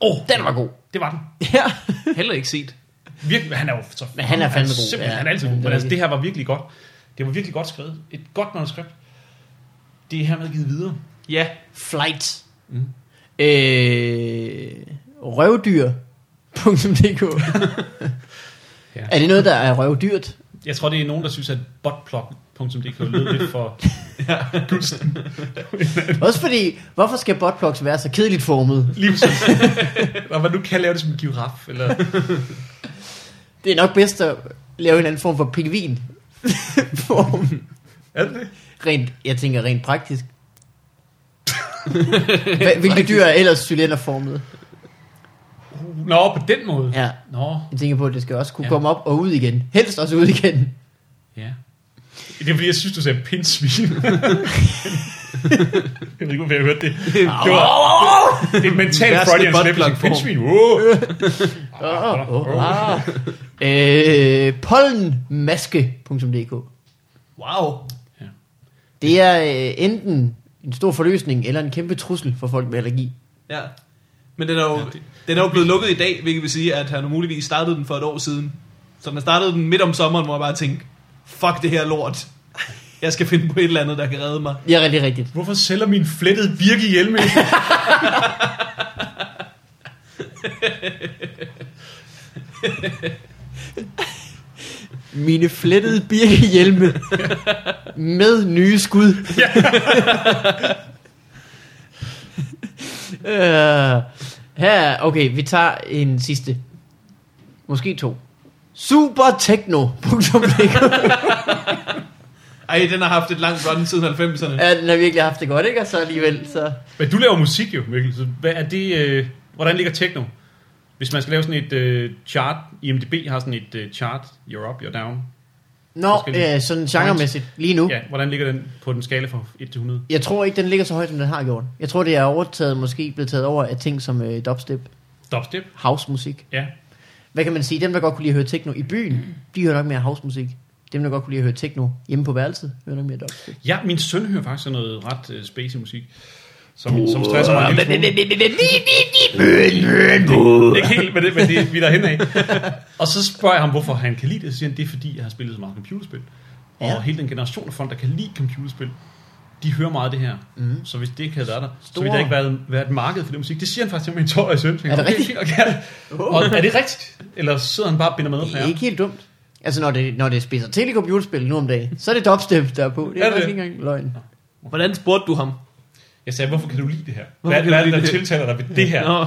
A: Åh, oh, den var god.
B: Det var den.
A: Ja. *laughs*
C: Heller ikke set.
B: Virkelig, han er jo så
A: Men han er fandme god,
B: Simpelthen,
A: ja.
B: han er altid god.
A: Ja, det er
B: Men altså,
A: rigtigt.
B: det her var virkelig godt. Det var virkelig godt skrevet. Et godt manuskript. Det er hermed givet videre.
C: Ja.
A: Flight. Mm. Øh, røvdyr.dk
B: Ja.
A: Er det noget, der er røvdyrt?
B: Jeg tror, det er nogen, der synes, at botplug.dk lød lidt
A: *laughs*
B: for...
A: Også fordi, hvorfor skal botplugs være så kedeligt formet?
B: Lige præcis. Og man nu kan lave det som en giraf, eller...
A: Det er nok bedst at lave en eller anden form for pingvin. form.
B: Er det det?
A: Rent, jeg tænker rent praktisk. *laughs* Hva- Hvilke dyr er ellers cylinderformet?
B: Uh, Nå, på den måde.
A: Ja.
B: Nå,
A: Jeg tænker på, at det skal også kunne
B: Ja.
A: ja. komme op og ud igen. Helst også ud igen.
B: ja. Det er fordi, jeg synes, du sagde pindsvin.
A: *laughs*
B: jeg ved ikke, hvorfor jeg hørte det. Det, var, det, det er mentalt
C: Værste
B: Freudian slip.
C: buttplug-form.
A: *laughs*
B: Pindsvin, wow. Ah,
A: Åh, åh, ah. åh. Øh, pollenmaske.dk
C: Wow.
A: Det er øh, enten en stor forløsning eller en kæmpe trussel for folk med allergi.
C: Ja. Men den er, jo, ja, det... den er jo blevet lukket i dag, hvilket vil sige, at han muligvis startede den for et år siden. Så den startede den midt om sommeren, hvor jeg bare tænkte, fuck det her lort. Jeg skal finde på et eller andet, der kan redde mig.
A: Ja, det er rigtigt.
B: Hvorfor sælger min flettede virke ihjel med?
A: Mine flettede birkehjelme med nye skud. *laughs* øh, her, okay, vi tager en sidste. Måske to. *laughs* Supertechno.dk
C: Ej, den har haft et langt run siden 90'erne.
A: Ja, den har virkelig haft det godt, ikke? Og så alligevel, så...
B: Men du laver musik jo, Mikkel. Så hvad er det, øh, hvordan ligger techno? Hvis man skal lave sådan et øh, chart, IMDB har sådan et øh, chart, you're up, you're down.
A: Nå,
B: Forskellige
A: øh, sådan genremæssigt lige nu.
B: Ja, hvordan ligger den på den skala fra 1 til 100?
A: Jeg tror ikke, den ligger så højt, som den har gjort. Jeg tror, det er overtaget, måske blevet taget over af ting som øh, dubstep,
B: Dubstep?
A: housemusik.
B: Ja.
A: Hvad kan man sige? Dem, der godt kunne lide at høre techno i byen, de hører nok mere housemusik. Dem, der godt kunne lide at høre techno hjemme på værelset, hører nok mere dubstep.
B: Ja, min søn hører faktisk sådan noget ret øh, spacey musik. Som, som stresser mig en lille smule. Det er Ikke helt, men det, men det er vi er derhen af. Og så spørger jeg ham, hvorfor han kan lide det. Så siger han, det er fordi, jeg har spillet så meget computerspil. Og
A: Ja.
B: hele den generation af folk, der kan lide computerspil, de hører meget af det her. Mm. Så hvis det ikke havde været der, så ville
A: Store.
B: der ikke været, været et marked for det musik. Det siger han faktisk til min tårer i søn.
A: Er det rigtigt?
B: Og er det rigtigt? Eller sidder han bare og binder med?
A: Det er ikke helt dumt. Altså, når det, når det spidser til i computerspil nu om dagen, så er det dubstep, der er på. Det
B: Er
A: er,
B: det?
A: er ikke engang løgn.
C: Hvordan spurgte du ham?
B: Jeg sagde, hvorfor kan du lide det her?
C: Hvorfor
B: Hvad,
C: kan
B: hvad
C: du
B: er det,
C: lide
B: der
C: det her?
B: tiltaler dig ved det her?
C: Nå,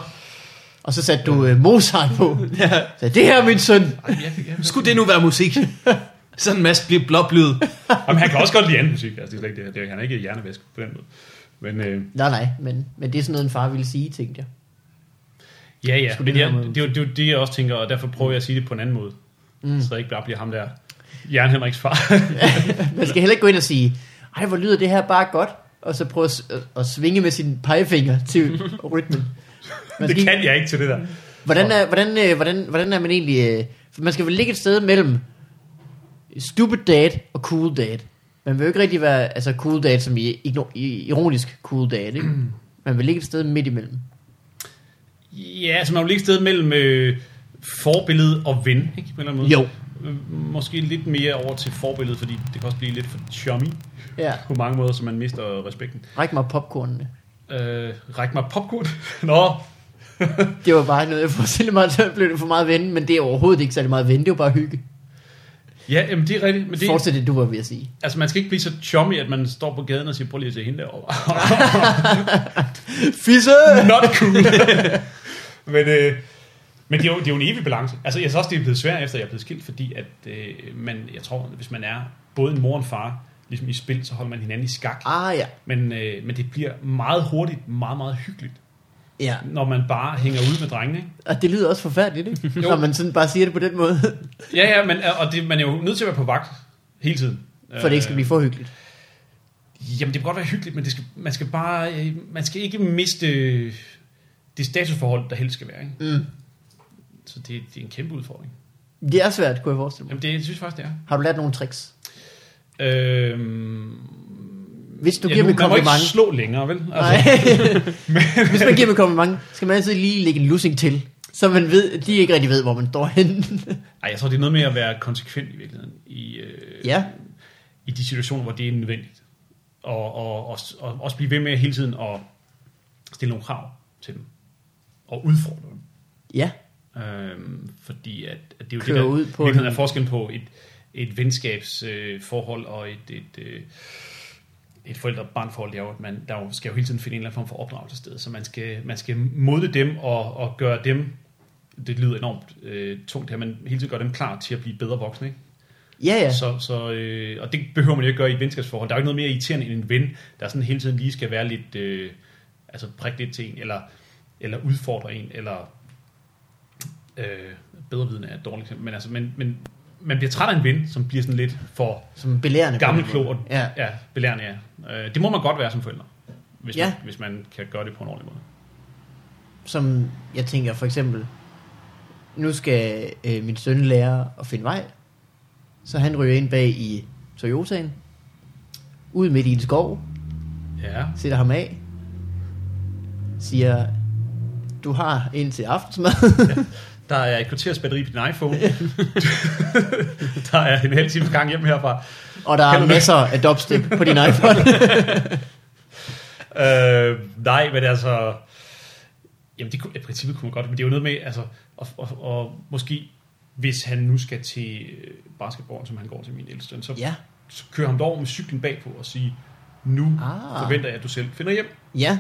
A: Og så satte du øh, Mozart på.
C: ja.
A: Så det her er min søn.
B: Ej, jeg, jeg,
C: Skulle det nu være *laughs* musik? Sådan en masse bliver blåblyd.
B: Jamen, han kan også godt lide anden musik. Altså, det er slet ikke det. her. det er, han er ikke hjernevask på den måde. Men øh,
A: Nej, nej, men, men det er sådan noget, en far ville sige, tænkte jeg.
B: ja, ja.
A: Skulle
B: Men
A: det
B: jeg,
A: være
B: det, er jo, det er jo det, jeg også tænker, og derfor prøver jeg at sige det på en anden måde. Mm. Så det ikke bare bliver ham der Jern Henriks far. *laughs*
A: Man skal heller ikke gå ind og sige, ej, hvor lyder det her bare godt, og så prøve at, s- at- at svinge med sin pegefinger til rytmen. Man
B: det
A: skal,
B: kan jeg ikke til det der.
A: hvordan, er, hvordan, øh, hvordan, hvordan er man egentlig... øh, for Man skal vel ligge et sted mellem stupid dad og cool dad. Man vil jo ikke rigtig være altså cool dad, som i, igno- i- ironisk cool dad,
B: *clears throat*
A: ikke? Man vil ligge et sted midt imellem.
B: Ja, altså man er jo lige et sted mellem øh, forbillede og ven, ikke? På en eller anden måde.
A: Jo.
B: Øh, Måske lidt mere over til forbillede, fordi det kan også blive lidt for chummy
A: Ja,
B: på mange måder, så man mister respekten.
A: ræk mig popcornene.
B: Øh, ræk mig popcorn. *laughs* Nå,
A: Det var bare noget, jeg forestillede mig, at så blev det for meget ven, men det er overhovedet ikke særlig meget ven, det er jo bare hygge.
B: ja, jamen, det er rigtigt. Men
A: Det...
B: det,
A: Fortsæt det, du var ved at sige.
B: altså, man skal ikke blive så chummy, at man står på gaden og siger, prøv lige at se hende *laughs* derovre.
A: Fisse!
B: Not cool. *laughs* men, øh, men det er, jo, det er jo en evig balance. Altså, jeg synes også, det er blevet svært, efter jeg er blevet skilt, fordi at, øh, man, jeg tror, hvis man er både en mor og en far, ligesom i spil, så holder man hinanden i skak.
A: Ah ja,
B: Men, øh, men det bliver meget hurtigt, meget, meget hyggeligt,
A: ja.
B: når man bare hænger ud med drengene. Ikke?
A: Og det lyder også forfærdeligt, ikke?
B: Jo.
A: Når man sådan bare siger det på den måde,
B: Ja, ja, men, og det, man er jo nødt til at være på vagt hele tiden.
A: for det ikke skal blive for hyggeligt.
B: Jamen, det kan godt være hyggeligt, men det skal, man skal bare... Øh, man skal ikke miste øh, det statusforhold, der helst skal være. Ikke?
A: Mm.
B: Så det, det er en kæmpe udfordring.
A: Det er svært, kunne jeg forestille mig.
B: Jamen, det jeg synes faktisk, det er.
A: Har du lært nogle tricks?
B: Øhm,
A: Hvis du
B: ja,
A: giver
B: nu-
A: mig
B: man må ikke
A: kompliment...
B: slå længere, vel? Altså,
A: Nej.
B: *laughs*
A: *laughs* Hvis man giver mig kompliment, skal man altid lige lægge en lussing til. Så man ved, de ikke rigtig ved, hvor man står henne. *laughs*
B: Ej, jeg tror, det er noget med at være konsekvent i virkeligheden. I, øh,
A: ja,
B: i de situationer, hvor det er nødvendigt. Og, og, og, og også blive ved med hele tiden at stille nogle krav til dem. Og udfordre dem.
A: ja.
B: Øhm, fordi at, at det er jo
A: Kører
B: det, der
A: ud på
B: virkelig
A: en-
B: er forskellen på et, et venskabsforhold øh, forhold og et, et, øh, et forældre-barn-forhold, det er jo, at man der jo, skal jo hele tiden finde en eller anden form for opdragelse sted, så man skal, man skal modne dem og, og gøre dem, det lyder enormt øh, tungt her, men hele tiden gøre dem klar til at blive bedre voksne, ikke?
A: Ja, ja.
B: Så, så, øh, og det behøver man jo ikke gøre i et venskabsforhold. Der er jo ikke noget mere irriterende end en ven, der sådan hele tiden lige skal være lidt, øh, altså prikke lidt til en, eller, eller udfordre en, eller øh, bedre vidende er et dårligt eksempel, men, altså, men, men man bliver træt af en ven, som bliver sådan lidt for
A: Som belærende. på en
B: gammel
A: måde.
B: klog og
A: Ja.
B: ja. Ja, belærende. Ja. Øh, det må man godt være som forældre, hvis,
A: Ja.
B: man, hvis man kan gøre det på en ordentlig måde.
A: Som jeg tænker for eksempel, nu skal øh, min søn lære at finde vej, så han ryger ind bag i Toyotaen, ud midt i en skov,
B: Ja,
A: sætter ham af, siger, du har en til aftensmad. *laughs*
B: Der er et kvarters batteri på din iPhone. *laughs* der er en halv time gang hjem herfra.
A: Og der
B: Kan
A: er
B: du det?
A: masser af dubstep på din
B: *laughs*
A: iPhone.
B: Øh, nej, men altså... Jamen, det kunne, i princippet kunne man godt, men det er jo noget med, altså, og, og, og måske, hvis han nu skal til øh, basketballen, som han går til min ældste søn, så,
A: ja.
B: så kører han derover med cyklen bagpå og siger, nu
A: Ah.
B: ah. forventer jeg, at du selv finder hjem.
A: Ja.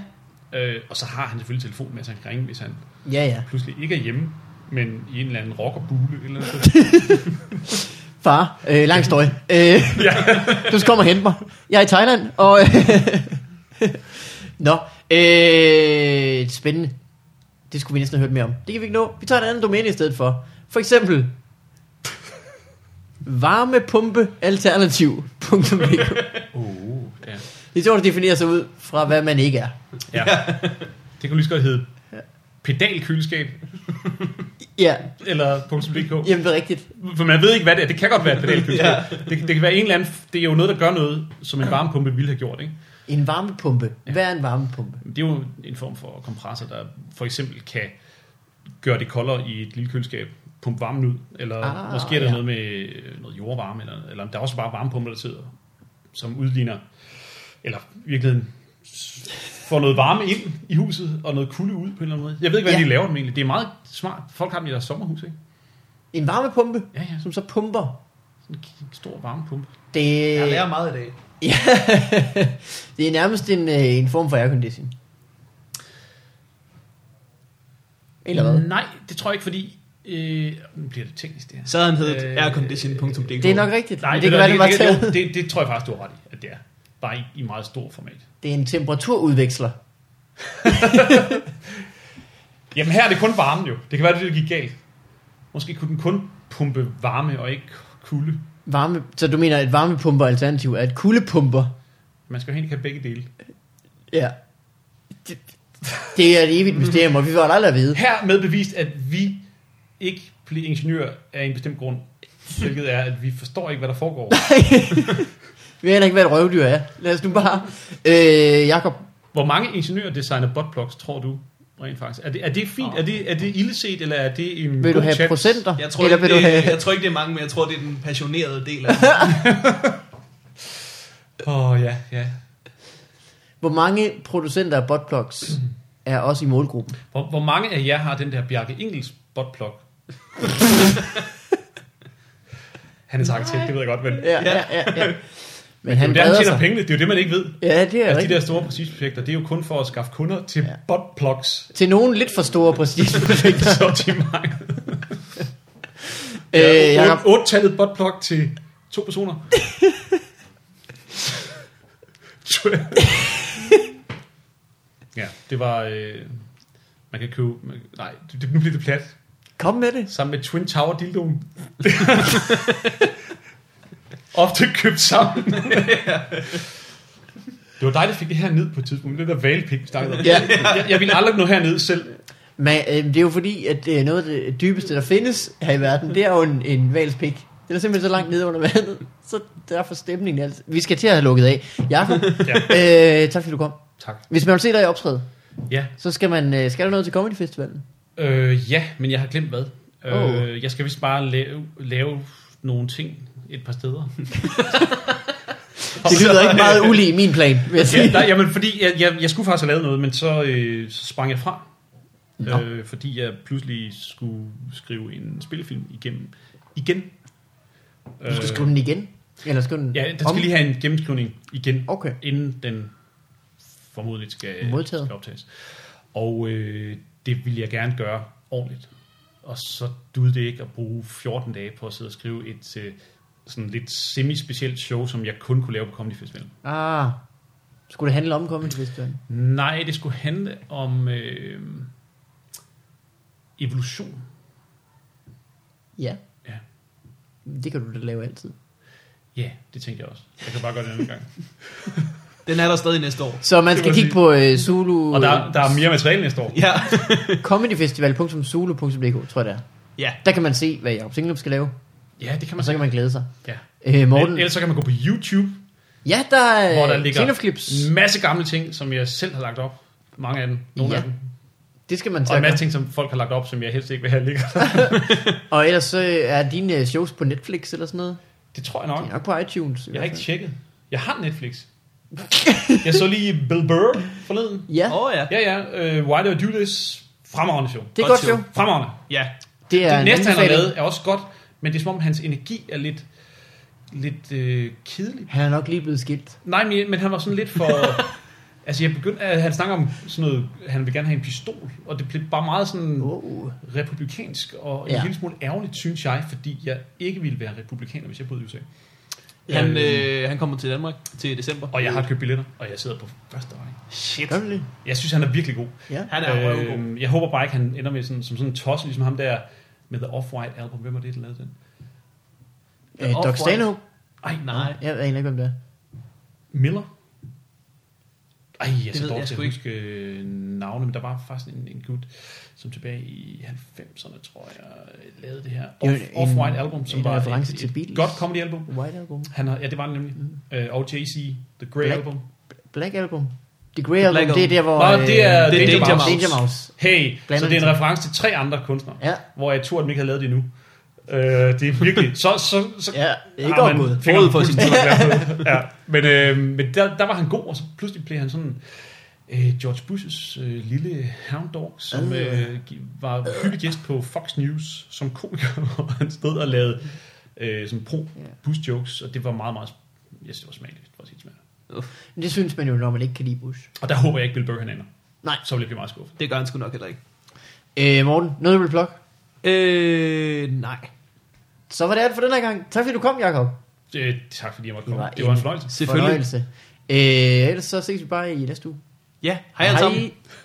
B: Øh, og så har han selvfølgelig telefonen med, så han kan ringe, hvis han
A: Ja, ja.
B: pludselig ikke er hjemme, men i en eller anden rockerbule eller noget.
A: Far, øh, lang støj. Øh, *laughs* du skal komme og hente mig. Jeg er i Thailand, og... *laughs* Nå, øh, spændende. Det skulle vi næsten have hørt mere om. Det kan vi ikke nå. Vi tager et andet domæne i stedet for. For eksempel... Varmepumpealternativ.dk
B: Oh, ja.
A: Det er sjovt at definere sig ud fra, hvad man ikke er.
B: ja. Det kunne lige så godt hedde pedalkøleskab
A: Ja,
B: eller .dk.
A: jamen det er rigtigt.
B: For man ved ikke, hvad det er. Det kan godt *laughs* være et pedalkøleskab. ja. det, det kan være en eller anden... Det er jo noget, der gør noget, som en varmepumpe ville have gjort. Ikke?
A: En varmepumpe. Hvad er en varmepumpe?
B: Det er jo en form for kompressor, der for eksempel kan gøre det koldere i et lille køleskab. Pumpe varmen ud. Eller
A: Ah,
B: ah, måske er der
A: ja.
B: ja. noget med øh, noget jordvarme. Eller, eller der er også bare varmepumper, der sidder, som udligner... Eller i virkeligheden får noget varme ind i huset, og noget kulde ud på en eller anden måde. Jeg ved ikke, hvad
A: Ja.
B: ja. de laver dem egentlig. Det er meget smart. Folk har dem i deres sommerhus, ikke?
A: En varmepumpe,
B: Ja, ja. Sådan
A: som så pumper.
B: en stor varmepumpe.
A: Det,
C: Jeg lærer meget i dag.
A: ja, *laughs* det er nærmest en, øh, en form for aircondition. Eller hvad?
B: Nej, det tror jeg ikke, fordi... Øh, nu bliver det teknisk, det her.
C: Så havde han heddet
B: Øh,
C: aircondition.dk.
A: Det er nok rigtigt.
B: Nej,
A: men
B: det,
A: det, kan
B: det,
A: være, det, var
B: det,
A: taget.
B: det, det, det tror jeg faktisk, du har ret i, at det er. Bare i, i meget stor format.
A: det er en temperaturudveksler.
B: Jamen her er det kun varme jo. Det kan være, det er det der gik galt. Måske kunne den kun pumpe varme og ikke kulde.
A: Varme, så du mener, at varmepumper alternativ er et kuldepumper?
B: Man skal jo helt have begge dele.
A: Ja. Det, det er et evigt mysterium, og vi får det aldrig at
B: *laughs*
A: vide.
B: Her med bevist, at vi ikke bliver ingeniører af en bestemt grund. Hvilket er, at vi forstår ikke, hvad der foregår.
A: Vi ved heller ikke, hvad et røvdyr er. Lad os nu bare... Øh, Jakob,
B: Hvor mange ingeniører designer buttplugs, tror du rent faktisk? Er det, er det fint? Er det, er det ildeset, eller er det en
A: vil du
B: god
A: have
B: chat?
A: procenter?
C: Jeg tror,
A: eller
C: ikke,
A: vil
C: det,
A: du have...
C: jeg tror ikke, det er mange, men jeg tror, det er den passionerede del
A: *laughs*
C: af det.
B: Åh, oh, ja, ja.
A: Hvor mange producenter af botplugs er også i målgruppen?
B: Hvor, hvor mange af jer har den der Bjarke Ingels botplok? *laughs* han er arkitekt, det ved jeg godt, men det
A: Ja, ja, ja. ja. Men
B: er
A: han
B: jo der, han
A: breder
B: tjener
A: sig.
B: pengene. Det er jo det, man ikke ved.
A: Ja, det er
B: Altså, de
A: rigtigt.
B: der store præcisprojekter, det er jo kun for at skaffe kunder til
A: Ja.
B: ja. botplugs.
A: Til nogen lidt for store prestigeprojekter.
B: Så de mange.
A: *laughs* øh, Jacob,
B: Øh, 8-tallet botplug til to
A: *laughs*
B: personer. ja, det var... Øh, man kan købe... Man, nej, det, nu bliver det plat.
A: kom med det.
B: Sammen med Twin Tower dildoen. *laughs* Ofte købt sammen. *laughs* det var dig, der fik det her ned på et tidspunkt. Det der valpik, vi snakkede om.
A: Ja.
B: Jeg, jeg ville aldrig nå herned selv.
A: Men øh, det er jo fordi, at øh, noget af det dybeste, der findes her i verden, det er jo en, en valspik. Den er simpelthen så langt nede under vandet, så derfor stemningen altså. Vi skal til at have lukket af. Jakob, øh, tak fordi du kom.
B: Tak.
A: Hvis man vil se dig i optræde,
B: Ja,
A: så skal man øh, skal du noget til Comedy Festivalen.
B: øh, ja men jeg har glemt hvad.
A: Åh.
B: Øh, jeg skal vist bare lave, lave nogle ting et par steder.
A: *laughs* Det lyder ikke meget ulig min plan, vil jeg sige.
B: ja, nej, jamen, fordi jeg, jeg, jeg skulle faktisk have lavet noget, men så, øh, så sprang jeg fra. ja. øh, fordi jeg pludselig skulle skrive en spillefilm igennem igen. Øh,
A: Du skal skrive den igen? Eller skrive den
B: Ja, den skal lige have en gennemskrivning igen,
A: Okay.
B: inden den formodentlig skal,
A: Modtaget.
B: skal optages. Og øh, det ville jeg gerne gøre ordentligt. Og så duede det ikke at bruge 14 dage på at sidde og skrive et øh, sådan lidt semi-specielt show, som jeg kun kunne lave på Comedy Festivalen.
A: Ah, skulle det handle om Comedy Festivalen?
B: Nej, det skulle handle om øh, evolution.
A: Ja.
B: Ja.
A: Det kan du da lave altid.
B: Ja, det tænkte jeg også. Jeg kan bare gøre det en anden gang.
C: Den er der stadig næste år.
A: Så man
B: Det
A: skal
B: må
A: kigge
B: jeg
A: på uh, Zulu,
B: Og der, der er mere materiale næste år.
C: Ja.
A: comedyfestival.zulu.dk, tror jeg det er.
C: ja.
A: Der kan man se, hvad Jacob Singlup skal lave,
B: Ja, det kan
A: og
B: man
A: så kan man glæde sig.
B: Ja.
A: Øh, Altså, Morten,
B: Men Ellers så kan man gå på YouTube,
A: ja, der
B: hvor der
A: er øh,
B: ligger Mm.
A: Singlup-klips.
B: en masse gamle ting, som jeg selv har lagt op. Mange af dem. Nogle
A: Ja,
B: af dem.
A: Det skal man
B: Og en
A: tage.
B: masse ting, som folk har lagt op, som jeg helst ikke vil have ligger.
A: Og ellers så er dine øh, shows på Netflix eller sådan noget.
B: *laughs* Det tror jeg
A: De
B: nok.
A: er nok på iTunes. i
B: Jeg har
A: hvert
B: ikke
A: fald.
B: tjekket. Jeg har Netflix. Jeg så lige Bill Burr forleden.
A: Ja,
C: Åh oh, ja.
B: *laughs* Ja, ja. Uh, Why Do I Do This? Fremragende show.
A: det er godt
C: Godt
A: show.
C: show.
B: Fremragende.
C: Ja.
A: Det er
B: Det
A: en
B: næste, han har
A: anbefaling.
B: lavet, er også godt, men det er som om, hans energi er lidt, lidt øh, kedelig.
A: Han er nok lige blevet skilt.
B: Nej, men, men han var sådan lidt for...
A: *laughs*
B: altså, jeg begyndte, at han snakker om sådan noget, han vil gerne have en pistol, og det blev bare meget sådan
A: Oh.
B: republikansk, og en
A: Ja.
B: ja. lille smule ærgerligt, synes jeg, fordi jeg ikke ville være republikaner, hvis jeg boede i USA.
C: Han, øh, han kommer til Danmark til december.
B: Og jeg har købt billetter, og jeg sidder på første række.
C: Shit.
A: Gør du det?
B: Jeg synes, han er virkelig god.
A: Ja.
C: Han er øh,
B: øh, jeg håber bare ikke, han ender med sådan, som sådan en tosse, ligesom ham der med The Off-White Album. Hvem var det, der lavede den?
A: Øh, Doc
C: Off-White.
A: Stanhope.
C: Ej, nej.
A: Jeg ved egentlig ikke, hvem det er.
B: Miller? Ej, jeg er
C: ved
B: så
C: jeg
B: dårlig til
C: sgu
B: at huske øh, navne, men der var faktisk en, en gut, som tilbage i 90'erne, tror jeg, lavede det her
A: Det er jo
B: Off,
A: en-
B: Off-White album, som
A: en
B: var
A: reference
B: et,
A: til
B: et
A: Beatles.
B: godt comedy album.
A: White Album.
B: Han har, ja, det var det nemlig. Mm. Øh, og Jay-Z, The Grey
A: Black-
B: Album.
A: Black Album. The Grey Album,
C: Black
A: det er
C: Album.
A: der, hvor...
B: Nå, det er
A: øh,
B: Danger
C: Mouse.
A: Danger Mouse.
B: Hey,
A: Blander
B: så det er
A: de
B: en reference til tre andre kunstnere,
A: Ja,
B: hvor jeg tror, at de ikke havde lavet det endnu. Øh, det er virkelig... så, så, så,
A: ja. Det er ikke
B: Ah,
A: ah,
B: men
A: overgået.
B: fingeren
C: Forud for sin
B: fuldstændig i hvert fald. ja. Men, øh, men der, der var han god, og så pludselig blev han sådan øh, George Bushes øh, lille hound dog, som
A: Øh.
B: øh, gi- var hyldegæst på Fox News som komiker, *laughs* hvor han stod og lavede øh, sådan
A: Ja.
B: pro-Bush jokes, og det var meget, meget... Jeg synes, det var smageligt, for at sige det smageligt.
A: Men Det synes man jo, når man ikke kan lide Bush.
B: Og der håber jeg ikke, Bill Burr han ender.
A: Nej.
B: Så vil jeg blive meget skuffet.
C: det gør han sgu nok heller ikke.
A: Øh, Morten, noget du vil plukke?
C: Øh, nej.
A: Så var det alt for den her gang. Tak fordi du kom, Jacob.
B: Øh, tak fordi jeg måtte komme.
A: var
B: Det var en
A: en-
B: fornøjelse.
C: Selvfølgelig.
A: Fornøjelse. Øh, ellers så ses vi bare i næste uge.
C: Ja, hej alle sammen.
A: Hej.